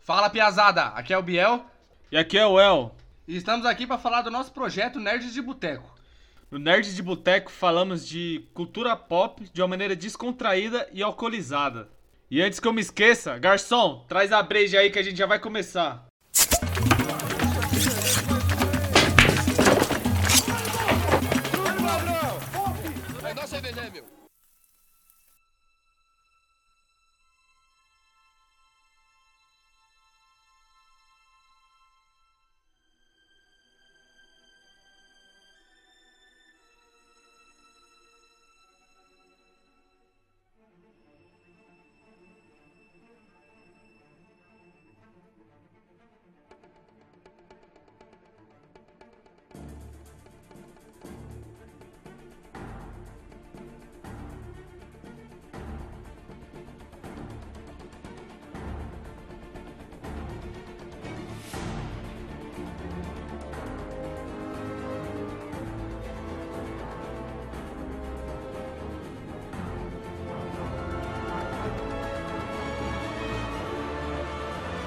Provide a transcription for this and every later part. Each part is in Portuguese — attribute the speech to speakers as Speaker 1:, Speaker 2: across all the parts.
Speaker 1: Fala, piazada! Aqui é o Biel
Speaker 2: E aqui é o El.
Speaker 1: e estamos aqui para falar do nosso projeto Nerds de Boteco.
Speaker 2: No Nerd de Boteco falamos de cultura pop de uma maneira descontraída e alcoolizada. E antes que eu me esqueça, garçom, traz a breja aí que a gente já vai começar.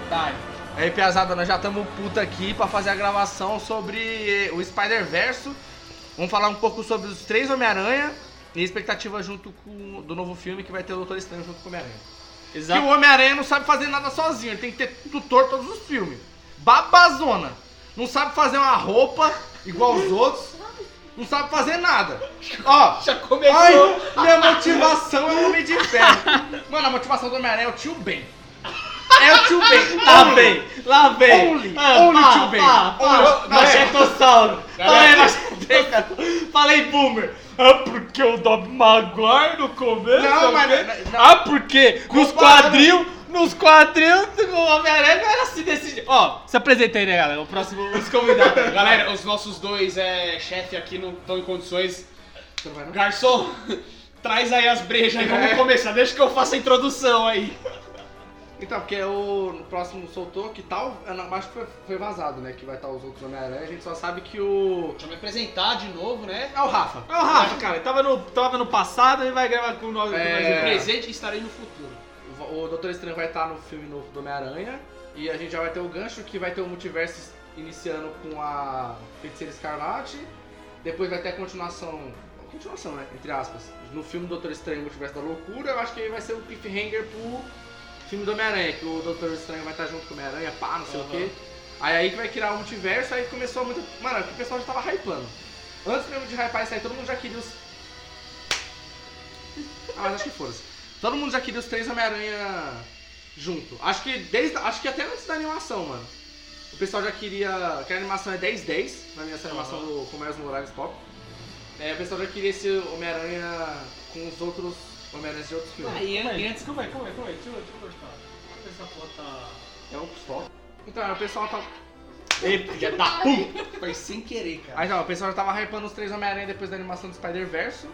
Speaker 1: Tá. Aí, piazada, nós já estamos puta aqui para fazer a gravação sobre eh, o Spider-Verso. Vamos falar um pouco sobre os três Homem-Aranha e a expectativa junto com do novo filme que vai ter o Doutor Estranho junto com o Homem-Aranha. Que o Homem-Aranha não sabe fazer nada sozinho, ele tem que ter tutor todos os filmes. Babazona. Não sabe fazer uma roupa igual os outros. Não sabe fazer nada. Ó,
Speaker 2: Já
Speaker 1: ai, minha motivação é o Homem de Ferro. Mano, a motivação do Homem-Aranha é o tio Ben. É o tio Ben.
Speaker 3: Lá vem, lá vem. Ah,
Speaker 1: Only, only
Speaker 3: pá,
Speaker 1: too bad.
Speaker 3: pá, é pá,
Speaker 1: Only-
Speaker 3: Machetossauro. Falei, machetossauro. é Falei, boomer. Ah, porque o Dob Maguire no começo?
Speaker 1: Não,
Speaker 3: sabe o
Speaker 1: mas-
Speaker 3: quê?
Speaker 1: mas- não.
Speaker 3: Ah, porque nos
Speaker 1: Comparado-
Speaker 3: quadril, nos quadril, o Homem-Aranha não era assim desse jeito. Ó, se apresentei, né, galera? O próximo, os convidados.
Speaker 4: Galera, os nossos dois é, chefe aqui não estão em condições. Garçom, traz aí as brejas e vamos
Speaker 1: É.
Speaker 4: começar. Deixa que eu faça a introdução aí.
Speaker 1: Então, porque o no próximo soltou que tal. eu não- Acho que foi, foi vazado, né? Que vai estar os outros Homem-Aranha. A gente só sabe que o.
Speaker 4: Deixa eu me apresentar de novo, né?
Speaker 1: É o Rafa.
Speaker 3: É o Rafa, cara. Tava no, tava no passado e vai gravar com nós.
Speaker 1: É.
Speaker 4: Presente e estarei no futuro.
Speaker 1: O, o Doutor Estranho vai estar no filme novo do Homem-Aranha. E a gente já vai ter o gancho que vai ter o multiverso iniciando com a Feiticeira Escarlate. Depois vai ter a continuação. a Continuação, né? Entre aspas. No filme Doutor Estranho Multiverso da Loucura, eu acho que aí vai ser o cliffhanger pro filme do Homem-Aranha, que o Doutor Estranho vai estar junto com o Homem-Aranha, pá, não sei o
Speaker 4: Aham.
Speaker 1: quê. Aí aí que vai criar o multiverso, aí começou muito. Mano, o pessoal já tava hypando. Antes mesmo de hypar isso aí, todo mundo já queria os. Ah, mas acho que foda-se. Todo mundo já queria os três Homem-Aranha junto. Acho que desde. Acho que até antes da animação, mano. O pessoal já queria. Que a animação é 10-10, na minha essa animação do com o Miles Morales Pop. É, o pessoal já queria esse Homem-Aranha com os outros Homem-Aranhas de outros filmes.
Speaker 4: e, antes, calma aí, calma aí, calma aí. Deixa eu, deixa eu cortar. Essa foto tá-
Speaker 1: É o pessoal. Então, o pessoal tá.
Speaker 3: Filha da puta.
Speaker 4: foi sem querer, cara.
Speaker 1: Aí não, o pessoal já tava hypando os três Homem-Aranha depois da animação do Spider-Verso.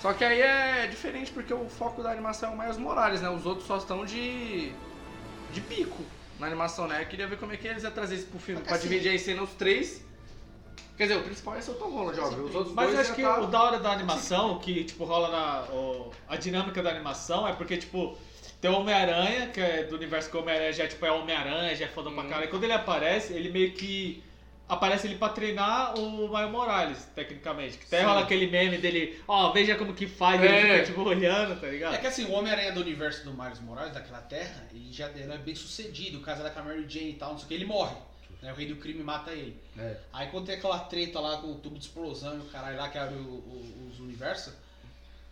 Speaker 1: Só que aí é diferente porque o foco da animação é o Miles Morales, né? Os outros só estão de. de bico na animação, né? Eu queria ver como é que eles iam trazer isso pro filme,
Speaker 4: Só que
Speaker 1: pra
Speaker 4: assim-
Speaker 1: dividir aí cena os três. Quer dizer, o principal é ser o Tom Holland, óbvio. Os outros
Speaker 3: Mas eu
Speaker 1: dois
Speaker 3: acho
Speaker 1: já
Speaker 3: que
Speaker 1: tá-
Speaker 3: o da hora da animação, que tipo rola na o- a dinâmica da animação é porque tipo tem o Homem-Aranha, que é do universo que o Homem-Aranha já tipo é Homem-Aranha, já é foda pra
Speaker 1: Uhum.
Speaker 3: caralho. E quando ele aparece, ele meio que aparece ele pra treinar o Miles Morales, tecnicamente. Que até
Speaker 1: Sim.
Speaker 3: rola aquele meme dele, ó, veja como que faz,
Speaker 1: É.
Speaker 3: ele fica tipo olhando, tá
Speaker 4: É
Speaker 3: ligado?
Speaker 4: que assim, o Homem-Aranha do universo do Miles Morales, daquela terra, ele já ele é bem sucedido, casa com a Mary Jane e tal, não sei o que, ele morre. né? O rei do crime mata ele.
Speaker 1: É.
Speaker 4: Aí quando tem aquela treta lá com o tubo de explosão e o caralho lá que abre o- o- os universos,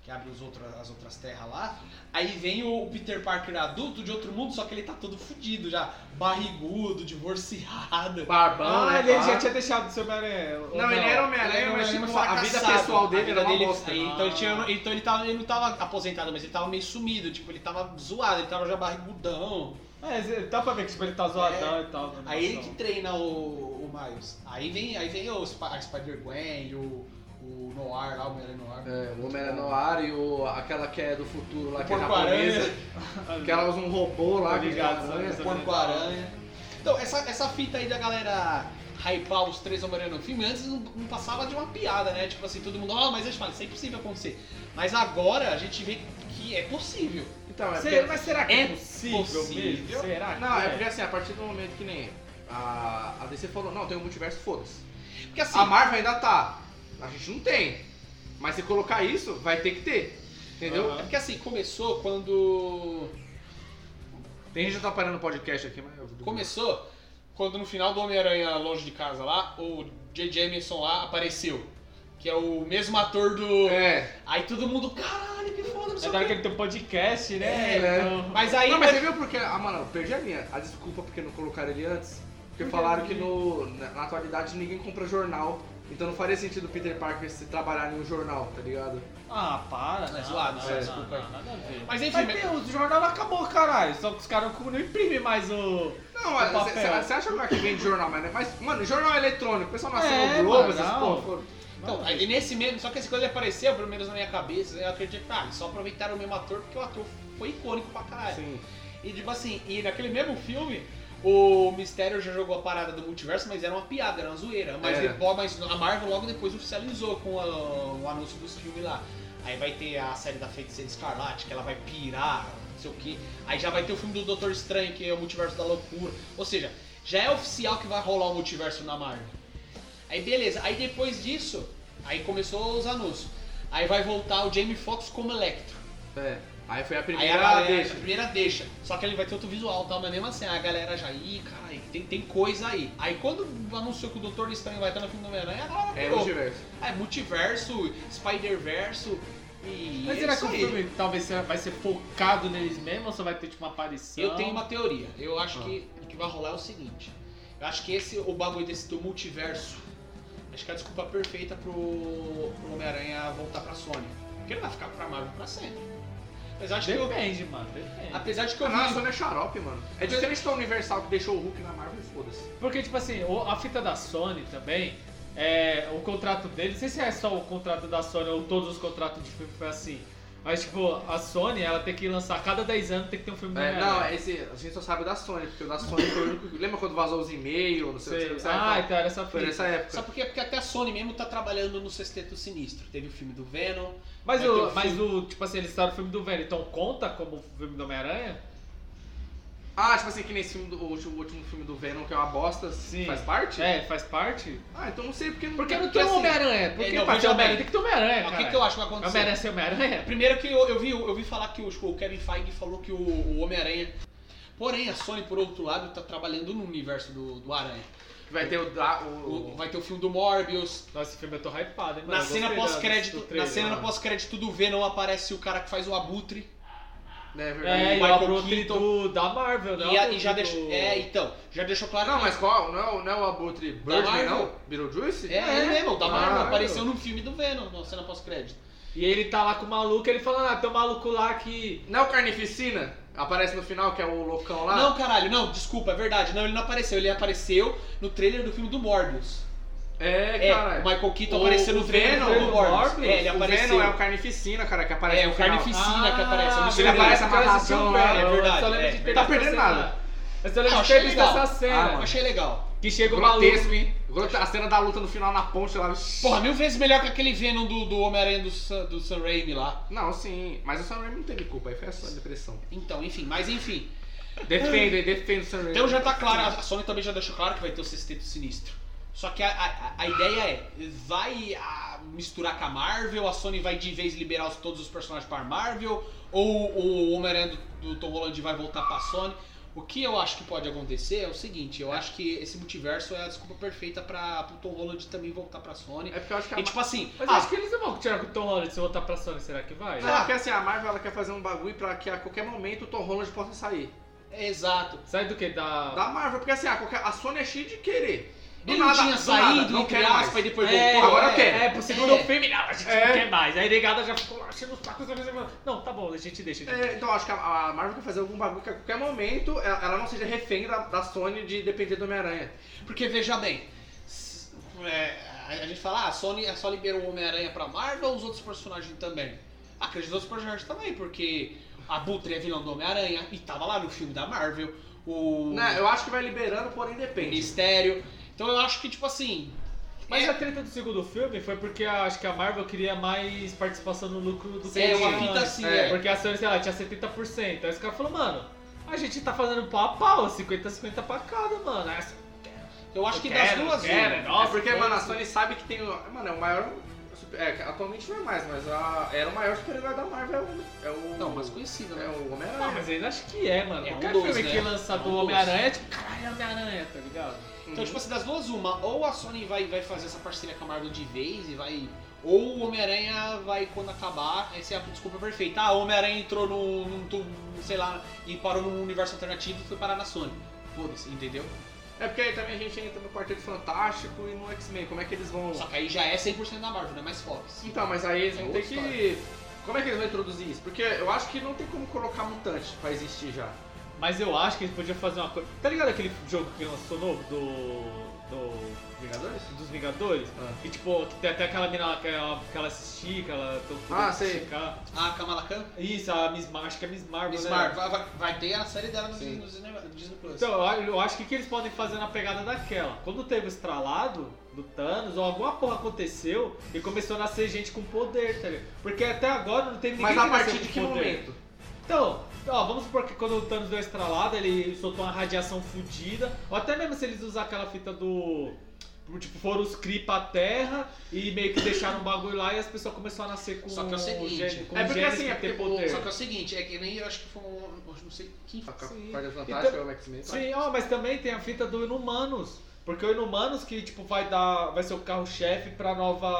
Speaker 4: que abre os outros, as outras terras lá, aí vem o Peter Parker adulto de outro mundo, só que ele tá todo fudido já, barrigudo, divorciado.
Speaker 1: Barbão,
Speaker 3: Ah,
Speaker 1: né?
Speaker 3: ele
Speaker 1: pá.
Speaker 3: já tinha deixado de ser Homem-Aranha. ou
Speaker 1: Não, ele era Homem-Aranha, mas tipo, a vida
Speaker 4: fracassado.
Speaker 1: pessoal
Speaker 4: A
Speaker 1: dele
Speaker 4: vida
Speaker 1: era uma bosta.
Speaker 4: aí, Então, ele, tinha, então ele, tava, ele não tava aposentado, mas ele tava meio sumido, tipo, ele tava zoado, ele tava já barrigudão.
Speaker 3: É, dá pra ver que tipo, ele tá zoadão
Speaker 1: É.
Speaker 3: e tal. na
Speaker 4: Aí ele
Speaker 3: animação.
Speaker 4: que treina o, o Miles. Aí vem, aí vem o Sp- a Spider-Gwen, o, o Noir lá, o Homem-Aranha Noir.
Speaker 1: É, o Homem-Aranha no ar e o, aquela que é do futuro lá, que é
Speaker 4: Porco-Aranha.
Speaker 1: japonesa. Que ela usa um robô lá,
Speaker 3: Tá
Speaker 1: que é
Speaker 3: ligado,
Speaker 1: japonesa.
Speaker 3: sabe?
Speaker 4: Porco-Aranha. Então, essa, essa fita aí da galera hypar os três Homem-Aranha no filme, antes não, não passava de uma piada, né? Tipo assim, todo mundo, ah, mas a gente fala, isso é impossível acontecer. Mas agora a gente vê que é possível.
Speaker 1: Então, é
Speaker 3: Será-
Speaker 1: porque-
Speaker 3: mas será que é,
Speaker 4: É
Speaker 3: possível, mesmo?
Speaker 4: possível.
Speaker 3: Será que
Speaker 1: Não, é
Speaker 3: é?
Speaker 1: porque assim, a partir do momento que nem a, a DC falou, não, tem um multiverso, foda-se.
Speaker 4: Porque assim,
Speaker 1: A Marvel ainda tá. A gente não tem. Mas se colocar isso, vai ter que ter. Entendeu?
Speaker 4: entendeu? É porque assim, começou quando.
Speaker 1: Tem gente que tá parando o podcast aqui, mas eu vou
Speaker 4: Começou quando no final do Homem-Aranha Longe de Casa lá, o J.J. Jameson lá apareceu. Que é o mesmo ator do.
Speaker 1: É.
Speaker 4: Aí todo mundo, caralho, que foda, não
Speaker 3: É
Speaker 4: sei o
Speaker 3: da
Speaker 4: quê."
Speaker 3: hora que ele tem um podcast, né?
Speaker 1: É, né?
Speaker 3: Então-
Speaker 4: Mas aí.
Speaker 1: não, mas você viu porque. Ah, mano, eu perdi a minha. A desculpa porque não colocaram ele antes. Porque falaram que no, na, na atualidade ninguém compra jornal. Então não faria sentido o Peter Parker se trabalhar em um jornal, tá ligado?
Speaker 3: Ah, para.
Speaker 4: Não,
Speaker 3: Não,
Speaker 4: zoado,
Speaker 3: não,
Speaker 4: zoado,
Speaker 3: não,
Speaker 4: desculpa aí.
Speaker 3: não, nada a ver.
Speaker 4: Mas enfim,
Speaker 3: Mas tem, o jornal acabou, caralho. Só que os caras não imprimem mais o.
Speaker 1: Não, mas
Speaker 3: papel.
Speaker 1: você acha que vende jornal, mas, né? mas, mano, jornal eletrônico, o pessoal nasceu
Speaker 3: É,
Speaker 1: no Globo,
Speaker 3: mano,
Speaker 1: essas
Speaker 3: não.
Speaker 1: porra. foram-
Speaker 4: Então, aí nesse mesmo, só que essa coisa apareceu, pelo menos na minha cabeça, eu acredito, ah, eles só aproveitaram o mesmo ator porque o ator foi icônico pra caralho.
Speaker 1: Sim.
Speaker 4: E tipo assim, e naquele mesmo filme, o Mistério já jogou a parada do multiverso, mas era uma piada, era uma zoeira. Mas,
Speaker 1: Era.
Speaker 4: depois, mas a Marvel logo depois oficializou com a- o anúncio dos filmes lá. Aí vai ter a série da Feiticeira Escarlate, que ela vai pirar, não sei o quê. Aí já vai ter o filme do Doutor Estranho, que é o multiverso da loucura. Ou seja, já é oficial que vai rolar o multiverso na Marvel. Aí beleza, aí depois disso, aí começou os anúncios. Aí vai voltar o Jamie Foxx como Electro.
Speaker 1: É. Aí foi a
Speaker 4: Aí
Speaker 1: primeira
Speaker 4: a galera,
Speaker 1: deixa.
Speaker 4: a primeira deixa. Só que ele vai ter outro visual, tá? Mas mesmo assim, a galera já, ih, caralho, tem, tem coisa aí. Aí quando anunciou que o Doutor Estranho vai estar no filme do Homem-Aranha, a galera
Speaker 1: É,
Speaker 4: pirou.
Speaker 1: multiverso.
Speaker 4: É, multiverso, Spider-Verso e.
Speaker 3: Mas
Speaker 4: é
Speaker 3: será que
Speaker 4: isso
Speaker 3: o
Speaker 4: aí.
Speaker 3: filme talvez será- vai ser focado neles mesmo ou só vai ter tipo uma aparição?
Speaker 4: Eu tenho uma teoria. Eu acho
Speaker 1: Ah.
Speaker 4: que o que vai rolar é o seguinte. Eu acho que esse, o bagulho desse do multiverso, acho que é a desculpa perfeita pro, pro Homem-Aranha voltar pra Sony. Porque ele vai ficar pra Marvel pra sempre. Mas eu acho que eu-
Speaker 3: Depende, mano. Depende.
Speaker 4: Apesar de que eu
Speaker 1: Ah,
Speaker 4: vi.
Speaker 1: não, a Sony é xarope, mano. É diferente da Universal que deixou o Hulk na Marvel, foda-se.
Speaker 3: Porque, tipo assim, o- a fita da Sony também, é, o contrato dele, não sei se é só o contrato da Sony ou todos os contratos de filme foi assim. Mas, tipo, a Sony, ela tem que lançar, a cada 10 anos tem que ter um filme do
Speaker 1: É, não,
Speaker 3: Homem-Aranha.
Speaker 1: esse, a gente só sabe da Sony, porque o da Sony foi o único. Lembra quando vazou os e-mails, não sei,
Speaker 3: Sei.
Speaker 1: o que, sabe?
Speaker 3: Ah, então era essa
Speaker 1: Foi
Speaker 3: fita.
Speaker 1: nessa época.
Speaker 4: Sabe por quê? Porque até a Sony mesmo tá trabalhando no Sexteto Sinistro. Teve o filme do Venom.
Speaker 3: Mas,
Speaker 4: Vai ter
Speaker 3: o,
Speaker 4: o
Speaker 3: mas o, tipo assim, eles estavam no filme do velho, então conta como o filme do Homem-Aranha?
Speaker 1: Ah, tipo assim, que nesse filme do, o, último, o último filme do Venom, que é uma bosta,
Speaker 3: Sim.
Speaker 1: faz parte?
Speaker 3: É, faz parte?
Speaker 1: Ah, então não sei porque não.
Speaker 3: Porque não tem um
Speaker 1: assim,
Speaker 3: Homem-Aranha. Porque
Speaker 4: é, não,
Speaker 3: pra
Speaker 4: mas
Speaker 3: ter
Speaker 4: eu-
Speaker 3: Homem-Aranha tem que ter Homem-Aranha,
Speaker 4: Mas o
Speaker 3: É, cara.
Speaker 4: que, que eu acho que vai acontecer?
Speaker 3: Homem-Aranha sem Homem-Aranha?
Speaker 4: Primeiro que eu, eu vi, eu vi falar que o, o Kevin Feige falou que o, o Homem-Aranha. Porém, a Sony, por outro lado, tá trabalhando no universo do, do Aranha.
Speaker 1: Vai ter o. Da,
Speaker 4: O-
Speaker 1: o,
Speaker 4: vai ter o filme do Morbius.
Speaker 3: Nossa, esse filme eu tô hypado, hein, mano.
Speaker 4: Na
Speaker 3: Eu
Speaker 4: cena
Speaker 3: gostei da-
Speaker 4: pós-crédito,
Speaker 3: do
Speaker 4: na
Speaker 3: trailer, né?
Speaker 4: cena
Speaker 3: mano.
Speaker 4: pós-crédito do Venom aparece o cara que faz o Abutre.
Speaker 1: né, verdade.
Speaker 3: É, e
Speaker 4: Michael
Speaker 3: o Abutre
Speaker 4: Keaton.
Speaker 3: do, da Marvel, né?
Speaker 4: E, a-
Speaker 3: O
Speaker 4: e já
Speaker 3: Abutre
Speaker 4: deixou.
Speaker 3: do-
Speaker 4: É, então, já deixou claro
Speaker 1: Não,
Speaker 4: que-
Speaker 1: mas qual? Não é, o- não é o Abutre Birdman,
Speaker 4: Marvel?
Speaker 1: não? Beetlejuice?
Speaker 4: É, é mesmo, o da Marvel
Speaker 1: Ah,
Speaker 4: apareceu no filme do Venom, na cena pós-crédito.
Speaker 3: E ele tá lá com o maluco, ele fala, ah, tem um maluco lá que...
Speaker 1: Não é o Carnificina? Aparece no final, que é o loucão lá?
Speaker 4: Não, caralho, não, desculpa, é verdade. Não, ele não apareceu. Ele apareceu no trailer do filme do Morbius.
Speaker 1: É,
Speaker 4: É,
Speaker 1: caralho.
Speaker 4: o Michael Keaton
Speaker 1: O-
Speaker 4: apareceu no
Speaker 1: o
Speaker 4: trailer
Speaker 1: Venom,
Speaker 4: do
Speaker 1: o
Speaker 4: Morbius.
Speaker 3: Morbius,
Speaker 4: É, ele
Speaker 1: o
Speaker 4: apareceu.
Speaker 1: Venom é o Carnificina, cara, que aparece
Speaker 4: É,
Speaker 1: no
Speaker 4: o
Speaker 1: final.
Speaker 4: Carnificina que aparece no
Speaker 3: Ah,
Speaker 1: Ele
Speaker 4: filme.
Speaker 3: verdade,
Speaker 1: aparece
Speaker 3: eu quero assistir
Speaker 1: amarradão
Speaker 3: o
Speaker 1: lá,
Speaker 3: velho,
Speaker 4: é verdade,
Speaker 3: Eu só lembro
Speaker 4: é.
Speaker 3: de
Speaker 1: Tá
Speaker 3: perder
Speaker 1: perdendo nada.
Speaker 3: Eu só lembro
Speaker 4: Não,
Speaker 3: de
Speaker 4: achei
Speaker 3: perder essa
Speaker 4: legal.
Speaker 1: Ah,
Speaker 3: cena.
Speaker 1: mano.
Speaker 4: Eu achei legal.
Speaker 3: que chega o maluco...
Speaker 1: Grotesco, hein? Grota- A cena da luta no final na ponte lá.
Speaker 4: Porra, mil vezes melhor que aquele Venom do, do Homem-Aranha do, Sam- do Sam Raimi lá.
Speaker 1: Não, sim. Mas o Sam Raimi não teve culpa, aí foi a sua depressão.
Speaker 4: Então, enfim, mas enfim.
Speaker 1: Defende, defende o Sam Raimi.
Speaker 4: Então já tá claro, a Sony também já deixou claro que vai ter o sexteto sinistro. Só que a, a- a ideia é, vai ah, misturar com a Marvel, a Sony vai de vez liberar os- todos os personagens para Marvel, ou, o Homem-Aranha do, do Tom Holland vai voltar pra Sony. O que eu acho que pode acontecer é o seguinte, eu acho que esse multiverso é a desculpa perfeita para o Tom Holland também voltar pra Sony.
Speaker 1: É porque eu acho que a
Speaker 4: E tipo assim,
Speaker 3: Mas
Speaker 4: ah,
Speaker 3: acho que eles não vão tirar com o Tom Holland se voltar pra Sony, será que vai?
Speaker 1: Não, é porque assim, a Marvel ela quer fazer um bagulho pra que a qualquer momento o Tom Holland possa sair.
Speaker 4: é exato.
Speaker 3: Sai do que? Da...
Speaker 1: Da Marvel, porque assim, a, qualquer- a Sony é cheia de querer. Do
Speaker 4: Ele
Speaker 1: nada,
Speaker 4: não tinha
Speaker 1: do
Speaker 4: saído,
Speaker 1: nada, não
Speaker 4: entre
Speaker 1: quero
Speaker 4: aspas,
Speaker 1: mais.
Speaker 4: e depois
Speaker 3: É,
Speaker 4: voltou.
Speaker 1: agora
Speaker 4: é,
Speaker 1: quer.
Speaker 3: É, pro segundo
Speaker 4: É.
Speaker 3: filme, não, a gente
Speaker 1: É.
Speaker 3: não quer mais. Aí a negada já ficou achando os tacos da vez. Não, tá bom, a gente deixa. a gente
Speaker 1: É, então eu acho que a a Marvel quer fazer algum bagulho que a qualquer momento ela ela não seja refém da, da Sony de depender do Homem-Aranha.
Speaker 4: Porque veja bem, s- é, a a gente fala, ah, a Sony é só liberou o Homem-Aranha pra Marvel ou os outros personagens também? Acredito que os outros personagens também, porque a Butre é vilão do Homem-Aranha e tava lá no filme da Marvel, o
Speaker 3: é?
Speaker 1: Né, eu acho que vai liberando, porém
Speaker 4: o
Speaker 1: depende.
Speaker 4: Mistério. Então eu acho que, tipo assim,
Speaker 3: Mas a treta do segundo filme foi porque a- acho que a Marvel queria mais participação no lucro do que
Speaker 4: É
Speaker 3: tinha
Speaker 4: uma
Speaker 3: antes.
Speaker 4: fita assim,
Speaker 1: É.
Speaker 4: é.
Speaker 3: Porque a Sony, sei lá, tinha 70%. Aí os caras falaram, mano, a gente tá fazendo pau a pau, 50-50 pra cada, mano. Aí assim,
Speaker 4: Eu acho que
Speaker 3: eu
Speaker 4: das
Speaker 3: quero,
Speaker 4: duas,
Speaker 3: eu quero, né?
Speaker 4: uma.
Speaker 3: nossa,
Speaker 1: é porque,
Speaker 3: foi
Speaker 1: mano, a
Speaker 3: isso.
Speaker 1: Sony sabe que tem. o- Mano, é o maior. super- É, atualmente não é mais, mas a- era o maior super-herói da Marvel. É o. É o
Speaker 4: Não, mas conhecida,
Speaker 1: É
Speaker 4: né?
Speaker 1: o
Speaker 3: Não,
Speaker 1: Homem-Aranha.
Speaker 3: "Ah, mas ainda acho que é, mano.
Speaker 4: É um
Speaker 3: Qualquer
Speaker 4: dos,
Speaker 3: filme
Speaker 4: né?
Speaker 3: que lança
Speaker 4: É um
Speaker 3: do
Speaker 4: dos.
Speaker 3: Homem-Aranha é tipo, caralho, Homem-Aranha, tá ligado?
Speaker 4: Então, tipo assim, das duas, uma. Ou a Sony vai, vai fazer essa parceria com a Marvel de vez e vai. Ou o Homem-Aranha vai, quando acabar, essa é a desculpa perfeita. Ah, o Homem-Aranha entrou num, num tu- sei lá, e parou num universo alternativo e foi parar na Sony. Foda-se, entendeu?
Speaker 1: É porque aí também a gente entra no Quarteto Fantástico e no X-Men. Como é que eles vão.
Speaker 4: Só que aí já é 100% da Marvel, não é mais Fox.
Speaker 1: Então, mas aí eles vão
Speaker 4: É
Speaker 1: ter
Speaker 4: outra
Speaker 1: que. Como é que eles vão introduzir isso? Porque eu acho que não tem como colocar mutante pra existir já.
Speaker 3: Mas eu acho que eles podiam fazer uma coisa. Tá ligado aquele jogo que lançou novo do. do.
Speaker 1: Vingadores?
Speaker 3: dos Vingadores?
Speaker 1: Ah.
Speaker 3: E tipo, que tem até aquela mina lá que ela, que ela se estica, ela tem o poder
Speaker 1: Ah,
Speaker 3: de se
Speaker 1: sei.
Speaker 3: esticar.
Speaker 4: Ah, A Kamala Khan,
Speaker 3: Isso, a Miss Marvel, acho que é Miss Marvel,
Speaker 4: Miss
Speaker 3: né?
Speaker 4: Marvel, vai, vai- vai ter a série dela no
Speaker 1: Sim.
Speaker 4: Disney, no Disney- no Disney Plus.
Speaker 3: Então, eu- eu acho que o que eles podem fazer na pegada daquela? Quando teve o estralado do Thanos, ou alguma porra aconteceu e começou a nascer gente com poder, tá ligado? Porque até agora não tem ninguém
Speaker 1: Mas
Speaker 3: que
Speaker 1: a
Speaker 3: nasceu
Speaker 1: partir
Speaker 3: com
Speaker 1: de que
Speaker 3: poder.
Speaker 1: momento?
Speaker 3: Então, ó, vamos supor que quando o Thanos deu a estralada, ele soltou uma radiação fodida. Ou até mesmo se eles usar aquela fita do. Tipo, foram os Kree pra terra e meio que deixaram um bagulho lá e as pessoas começaram a nascer com
Speaker 4: Só que é o seguinte,
Speaker 3: gene- com
Speaker 1: é porque
Speaker 3: genes
Speaker 1: assim,
Speaker 3: que
Speaker 1: é
Speaker 3: tem
Speaker 1: porque o-
Speaker 3: poder.
Speaker 4: Só que é o seguinte, é que nem eu acho que foi um. eu Não sei quem
Speaker 1: A
Speaker 4: foi.
Speaker 1: Cap-
Speaker 3: Sim.
Speaker 1: Quarteto Fantástico
Speaker 3: Então-
Speaker 1: é o X-Men. tá?
Speaker 3: Sim, ó, mas também tem a fita do Inumanos. Porque o Inumanos que, tipo, vai dar. Vai ser o carro-chefe pra nova.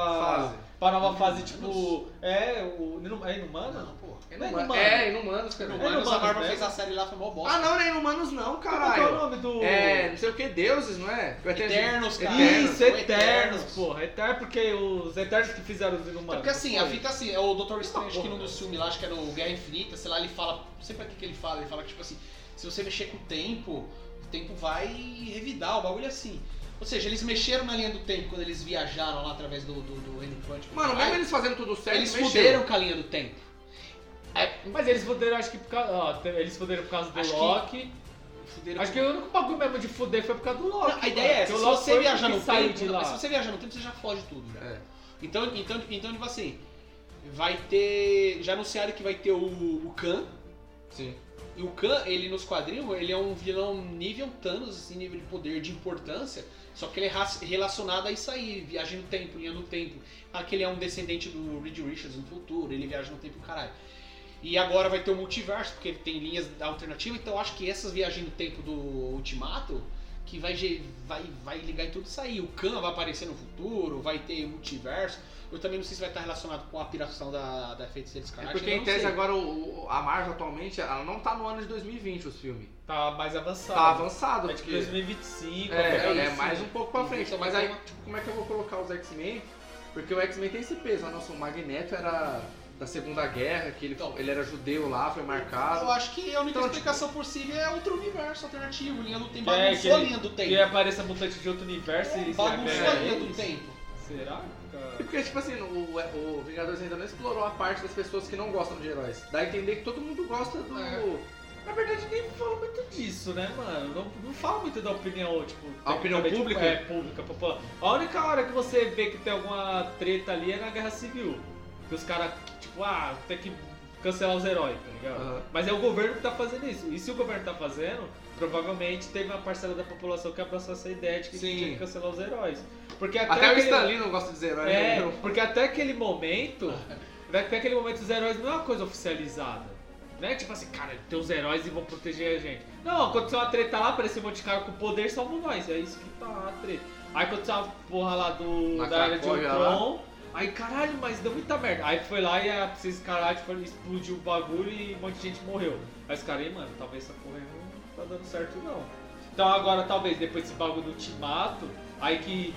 Speaker 1: Fase.
Speaker 3: Pra nova fase, tipo.
Speaker 4: Inumanos?
Speaker 3: É, o. Inum- É Inumanos?
Speaker 4: Não, porra.
Speaker 1: É
Speaker 3: Não é
Speaker 1: inumano.
Speaker 3: inumano.
Speaker 1: É, inumanos, cara.
Speaker 3: Inumano.
Speaker 4: Mas a Marvel
Speaker 3: né?
Speaker 4: fez a série lá, foi mó bosta.
Speaker 1: Ah, não, não é inumanos não,
Speaker 3: Qual que é o
Speaker 1: caralho.
Speaker 3: nome do.
Speaker 1: É, não sei o que, deuses, não é? Eu até-
Speaker 4: Eternos, cara.
Speaker 1: Eternos.
Speaker 3: Isso,
Speaker 4: São
Speaker 3: Eternos,
Speaker 4: Eternos.
Speaker 3: porra. Eterno porque os Eternos que fizeram os
Speaker 4: É
Speaker 3: Inumanos.
Speaker 4: porque assim,
Speaker 3: não
Speaker 4: a
Speaker 3: foi?
Speaker 4: fita assim, é o Dr. Strange
Speaker 3: porra,
Speaker 4: que num dos
Speaker 3: cara.
Speaker 4: filmes lá, acho que era o Guerra Infinita, sei lá, ele fala, não sei pra que que ele fala, ele fala que tipo assim, se você mexer com o tempo, o tempo vai revidar, o bagulho é assim. Ou seja, eles mexeram na linha do tempo quando eles viajaram lá através do, do, do reino quântico.
Speaker 1: assim. Mano, mesmo
Speaker 4: Aí,
Speaker 1: eles fazendo tudo certo,
Speaker 4: eles
Speaker 1: mexeu.
Speaker 4: fuderam com a linha do tempo. É,
Speaker 3: Mas eles fuderam, acho que por causa. Ó, te- eles fuderam por causa do
Speaker 4: Acho que-
Speaker 3: Loki.
Speaker 4: Fuderam
Speaker 3: Acho que o único bagulho mesmo de fuder foi por causa do
Speaker 4: com-
Speaker 3: Loki.
Speaker 4: Não, a ideia é
Speaker 3: mano, porque
Speaker 4: essa, se
Speaker 3: o Loki
Speaker 4: você
Speaker 3: foi o
Speaker 4: viajar
Speaker 3: que
Speaker 4: no
Speaker 3: saiu
Speaker 4: tempo,
Speaker 3: de lá.
Speaker 4: se você viajar no tempo, você já foge tudo. já.
Speaker 1: É.
Speaker 4: Então, então, então, tipo assim, vai ter, já anunciaram que vai ter o, o Khan,
Speaker 1: Sim.
Speaker 4: E o Khan, ele nos quadrinhos, ele é um vilão nível Thanos, assim, nível de poder, de importância, só que ele é ra- relacionado a isso aí, viagem no tempo, linha no tempo. Ah, que ele é um descendente do Reed Richards no futuro, ele viaja no tempo, caralho. E agora vai ter o multiverso, porque tem linhas alternativas, então eu acho que essas viagens no tempo do Ultimato, que vai, ge- vai, vai ligar em tudo isso aí. O Khan vai aparecer no futuro, vai ter multiverso. Eu também não sei se vai estar relacionado com a piração da, da
Speaker 1: É
Speaker 4: feiticeira Escarlate.
Speaker 1: porque
Speaker 4: eu
Speaker 1: em
Speaker 4: não
Speaker 1: tese
Speaker 4: sei.
Speaker 1: agora o- o- a Marvel atualmente, ela não tá no ano de 2020 os filmes.
Speaker 3: Tá mais avançado.
Speaker 1: Tá avançado.
Speaker 3: É tipo
Speaker 1: porque-
Speaker 3: 2025.
Speaker 1: É,
Speaker 3: uma coisa
Speaker 1: é
Speaker 3: assim.
Speaker 1: mais um pouco pra frente.
Speaker 4: Então vai
Speaker 1: Mas
Speaker 4: ter
Speaker 1: aí,
Speaker 4: uma-
Speaker 1: tipo, como é que eu vou colocar os X-Men? Porque o X-Men tem esse peso. Ah, Nossa, o Magneto era da Segunda Guerra, que ele,
Speaker 4: Então.
Speaker 1: ele era judeu lá, foi
Speaker 4: Eu
Speaker 1: marcado.
Speaker 4: acho que a única
Speaker 1: Então,
Speaker 4: explicação possível é outro universo alternativo, linha do tempo.
Speaker 3: É,
Speaker 4: Bagunçou a
Speaker 3: que-
Speaker 4: linha do
Speaker 3: Que
Speaker 4: tempo.
Speaker 3: apareça mutante de outro universo e
Speaker 4: Bagunçou a
Speaker 1: é,
Speaker 4: linha do
Speaker 3: eles?
Speaker 4: tempo.
Speaker 3: Será?
Speaker 1: E
Speaker 3: cara?
Speaker 1: porque, tipo assim, o, o Vingadores ainda não explorou a parte das pessoas que não gostam de heróis. Dá a entender que todo mundo gosta do.
Speaker 3: Na verdade, nem fala muito disso, né, mano? Não, não fala muito da opinião, tipo.
Speaker 1: A opinião
Speaker 3: tecnicamente,
Speaker 1: pública?
Speaker 3: É, pública, popular. A única hora que você vê que tem alguma treta ali é na Guerra Civil. Que os caras, tipo, ah, tem que cancelar os heróis, tá ligado?
Speaker 1: Aham.
Speaker 3: Mas é o governo que tá fazendo isso. E se o governo tá fazendo, provavelmente teve uma parcela da população que abraçou essa ideia de que
Speaker 1: Sim.
Speaker 3: tinha que cancelar os heróis. Porque até,
Speaker 1: Até o
Speaker 3: aquele-
Speaker 1: Stan Lee não gosta de herói.
Speaker 3: É,
Speaker 1: né?
Speaker 3: porque até aquele momento, né, até aquele momento os heróis não é uma coisa oficializada. Não é tipo assim, cara, tem os heróis e vão proteger a gente. Não, aconteceu uma treta lá, apareceu um monte de cara com poder, salvo nós. É isso que tá a treta. Aí aconteceu uma porra lá do,
Speaker 1: Na
Speaker 3: da era de
Speaker 1: Cracóvia
Speaker 3: Ultron. Aí, caralho, mas deu muita merda. Aí foi lá e a Princesa Escarlate foi- explodiu o bagulho e um monte de gente morreu. Aí os caras, "Ei, mano, talvez essa porra aí não tá dando certo não. Então agora talvez, depois desse bagulho do ultimato, aí que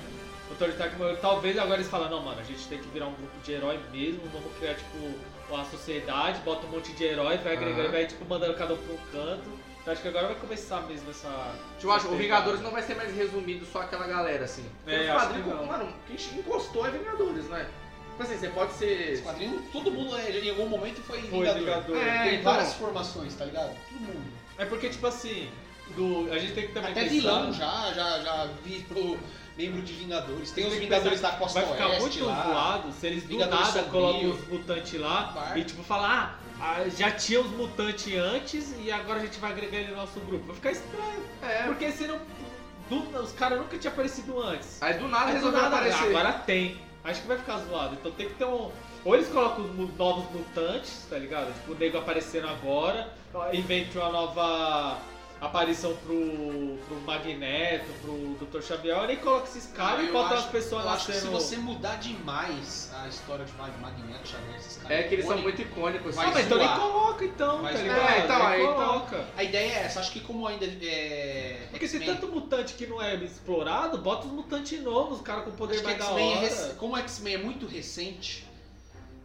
Speaker 3: o Tony Stark morreu, talvez agora eles falam, não, mano, a gente tem que virar um grupo de herói mesmo, vamos criar, tipo, uma sociedade, bota um monte de herói, vai agregando,
Speaker 1: Aham.
Speaker 3: vai, tipo, mandando cada um pra um canto. Eu acho que agora vai começar mesmo essa...
Speaker 1: Tipo, eu acho que o
Speaker 3: essa
Speaker 1: Vingadores
Speaker 3: pegada.
Speaker 1: não vai ser mais resumido só aquela galera, assim.
Speaker 3: É,
Speaker 1: Tem uns
Speaker 3: acho que
Speaker 1: quadrinhos,
Speaker 3: não.
Speaker 1: mano, quem encostou é Vingadores, né? Tipo assim, você pode ser.
Speaker 4: Esse quadrinho, todo mundo é, em algum momento foi
Speaker 3: Foi
Speaker 4: Vingador.
Speaker 3: Vingador.
Speaker 1: É,
Speaker 4: Tem
Speaker 1: então.
Speaker 4: várias formações, tá ligado? Todo mundo.
Speaker 3: É porque, tipo assim, do. A gente tem que também
Speaker 4: Até
Speaker 3: pensar-
Speaker 4: vilão já, já, já virou membro de Vingadores. Tem os
Speaker 3: Tem que
Speaker 4: Vingadores
Speaker 3: pensar
Speaker 4: da Costa
Speaker 3: Vai ficar
Speaker 4: Oeste
Speaker 3: muito
Speaker 4: lá.
Speaker 3: zoado se eles do
Speaker 4: é Vingadores
Speaker 3: nada
Speaker 4: Sombrio.
Speaker 3: colocam os mutantes lá
Speaker 4: Barba.
Speaker 3: e tipo falar, ah, ah, já tinha os mutantes antes e agora a gente vai agregar ele no nosso grupo. Vai ficar estranho.
Speaker 1: É.
Speaker 3: Porque se não. do- os caras nunca tinham aparecido antes.
Speaker 1: Aí do
Speaker 4: Ah,
Speaker 1: nada
Speaker 3: Aí É do
Speaker 1: resolveu
Speaker 3: nada, "Ah,
Speaker 1: aparecer.
Speaker 3: Agora tem. Acho que vai ficar zoado. Então tem que ter um. Ou eles colocam os mu- novos mutantes, tá ligado? Tipo, o nego aparecendo agora, inventa uma nova aparição pro, pro Magneto, pro Dr. Xavier, ou nem coloca esses caras e
Speaker 4: Ah, Eu
Speaker 3: bota as
Speaker 4: acho-
Speaker 3: pessoas
Speaker 4: Então, Eu acho que se
Speaker 3: nascendo.
Speaker 4: você mudar demais a história de Mag- Magneto, Xavier, esses caras...
Speaker 1: É que eles são
Speaker 4: icônicos,
Speaker 1: muito icônicos. assim.
Speaker 4: Vai
Speaker 3: ah, mas então nem
Speaker 4: zoar.
Speaker 3: coloca então,
Speaker 4: Vai
Speaker 3: tá
Speaker 4: zoar.
Speaker 3: ligado?
Speaker 1: É, então,
Speaker 3: nem
Speaker 1: aí, então-
Speaker 3: coloca.
Speaker 4: A ideia é essa, acho que como ainda é...
Speaker 3: Porque tem
Speaker 4: X-Men-
Speaker 3: tanto mutante que não é explorado, bota os mutantes novos, os caras com poder
Speaker 4: Acho que
Speaker 3: mais da hora.
Speaker 4: X-Men é rec- como o X-Men é muito recente,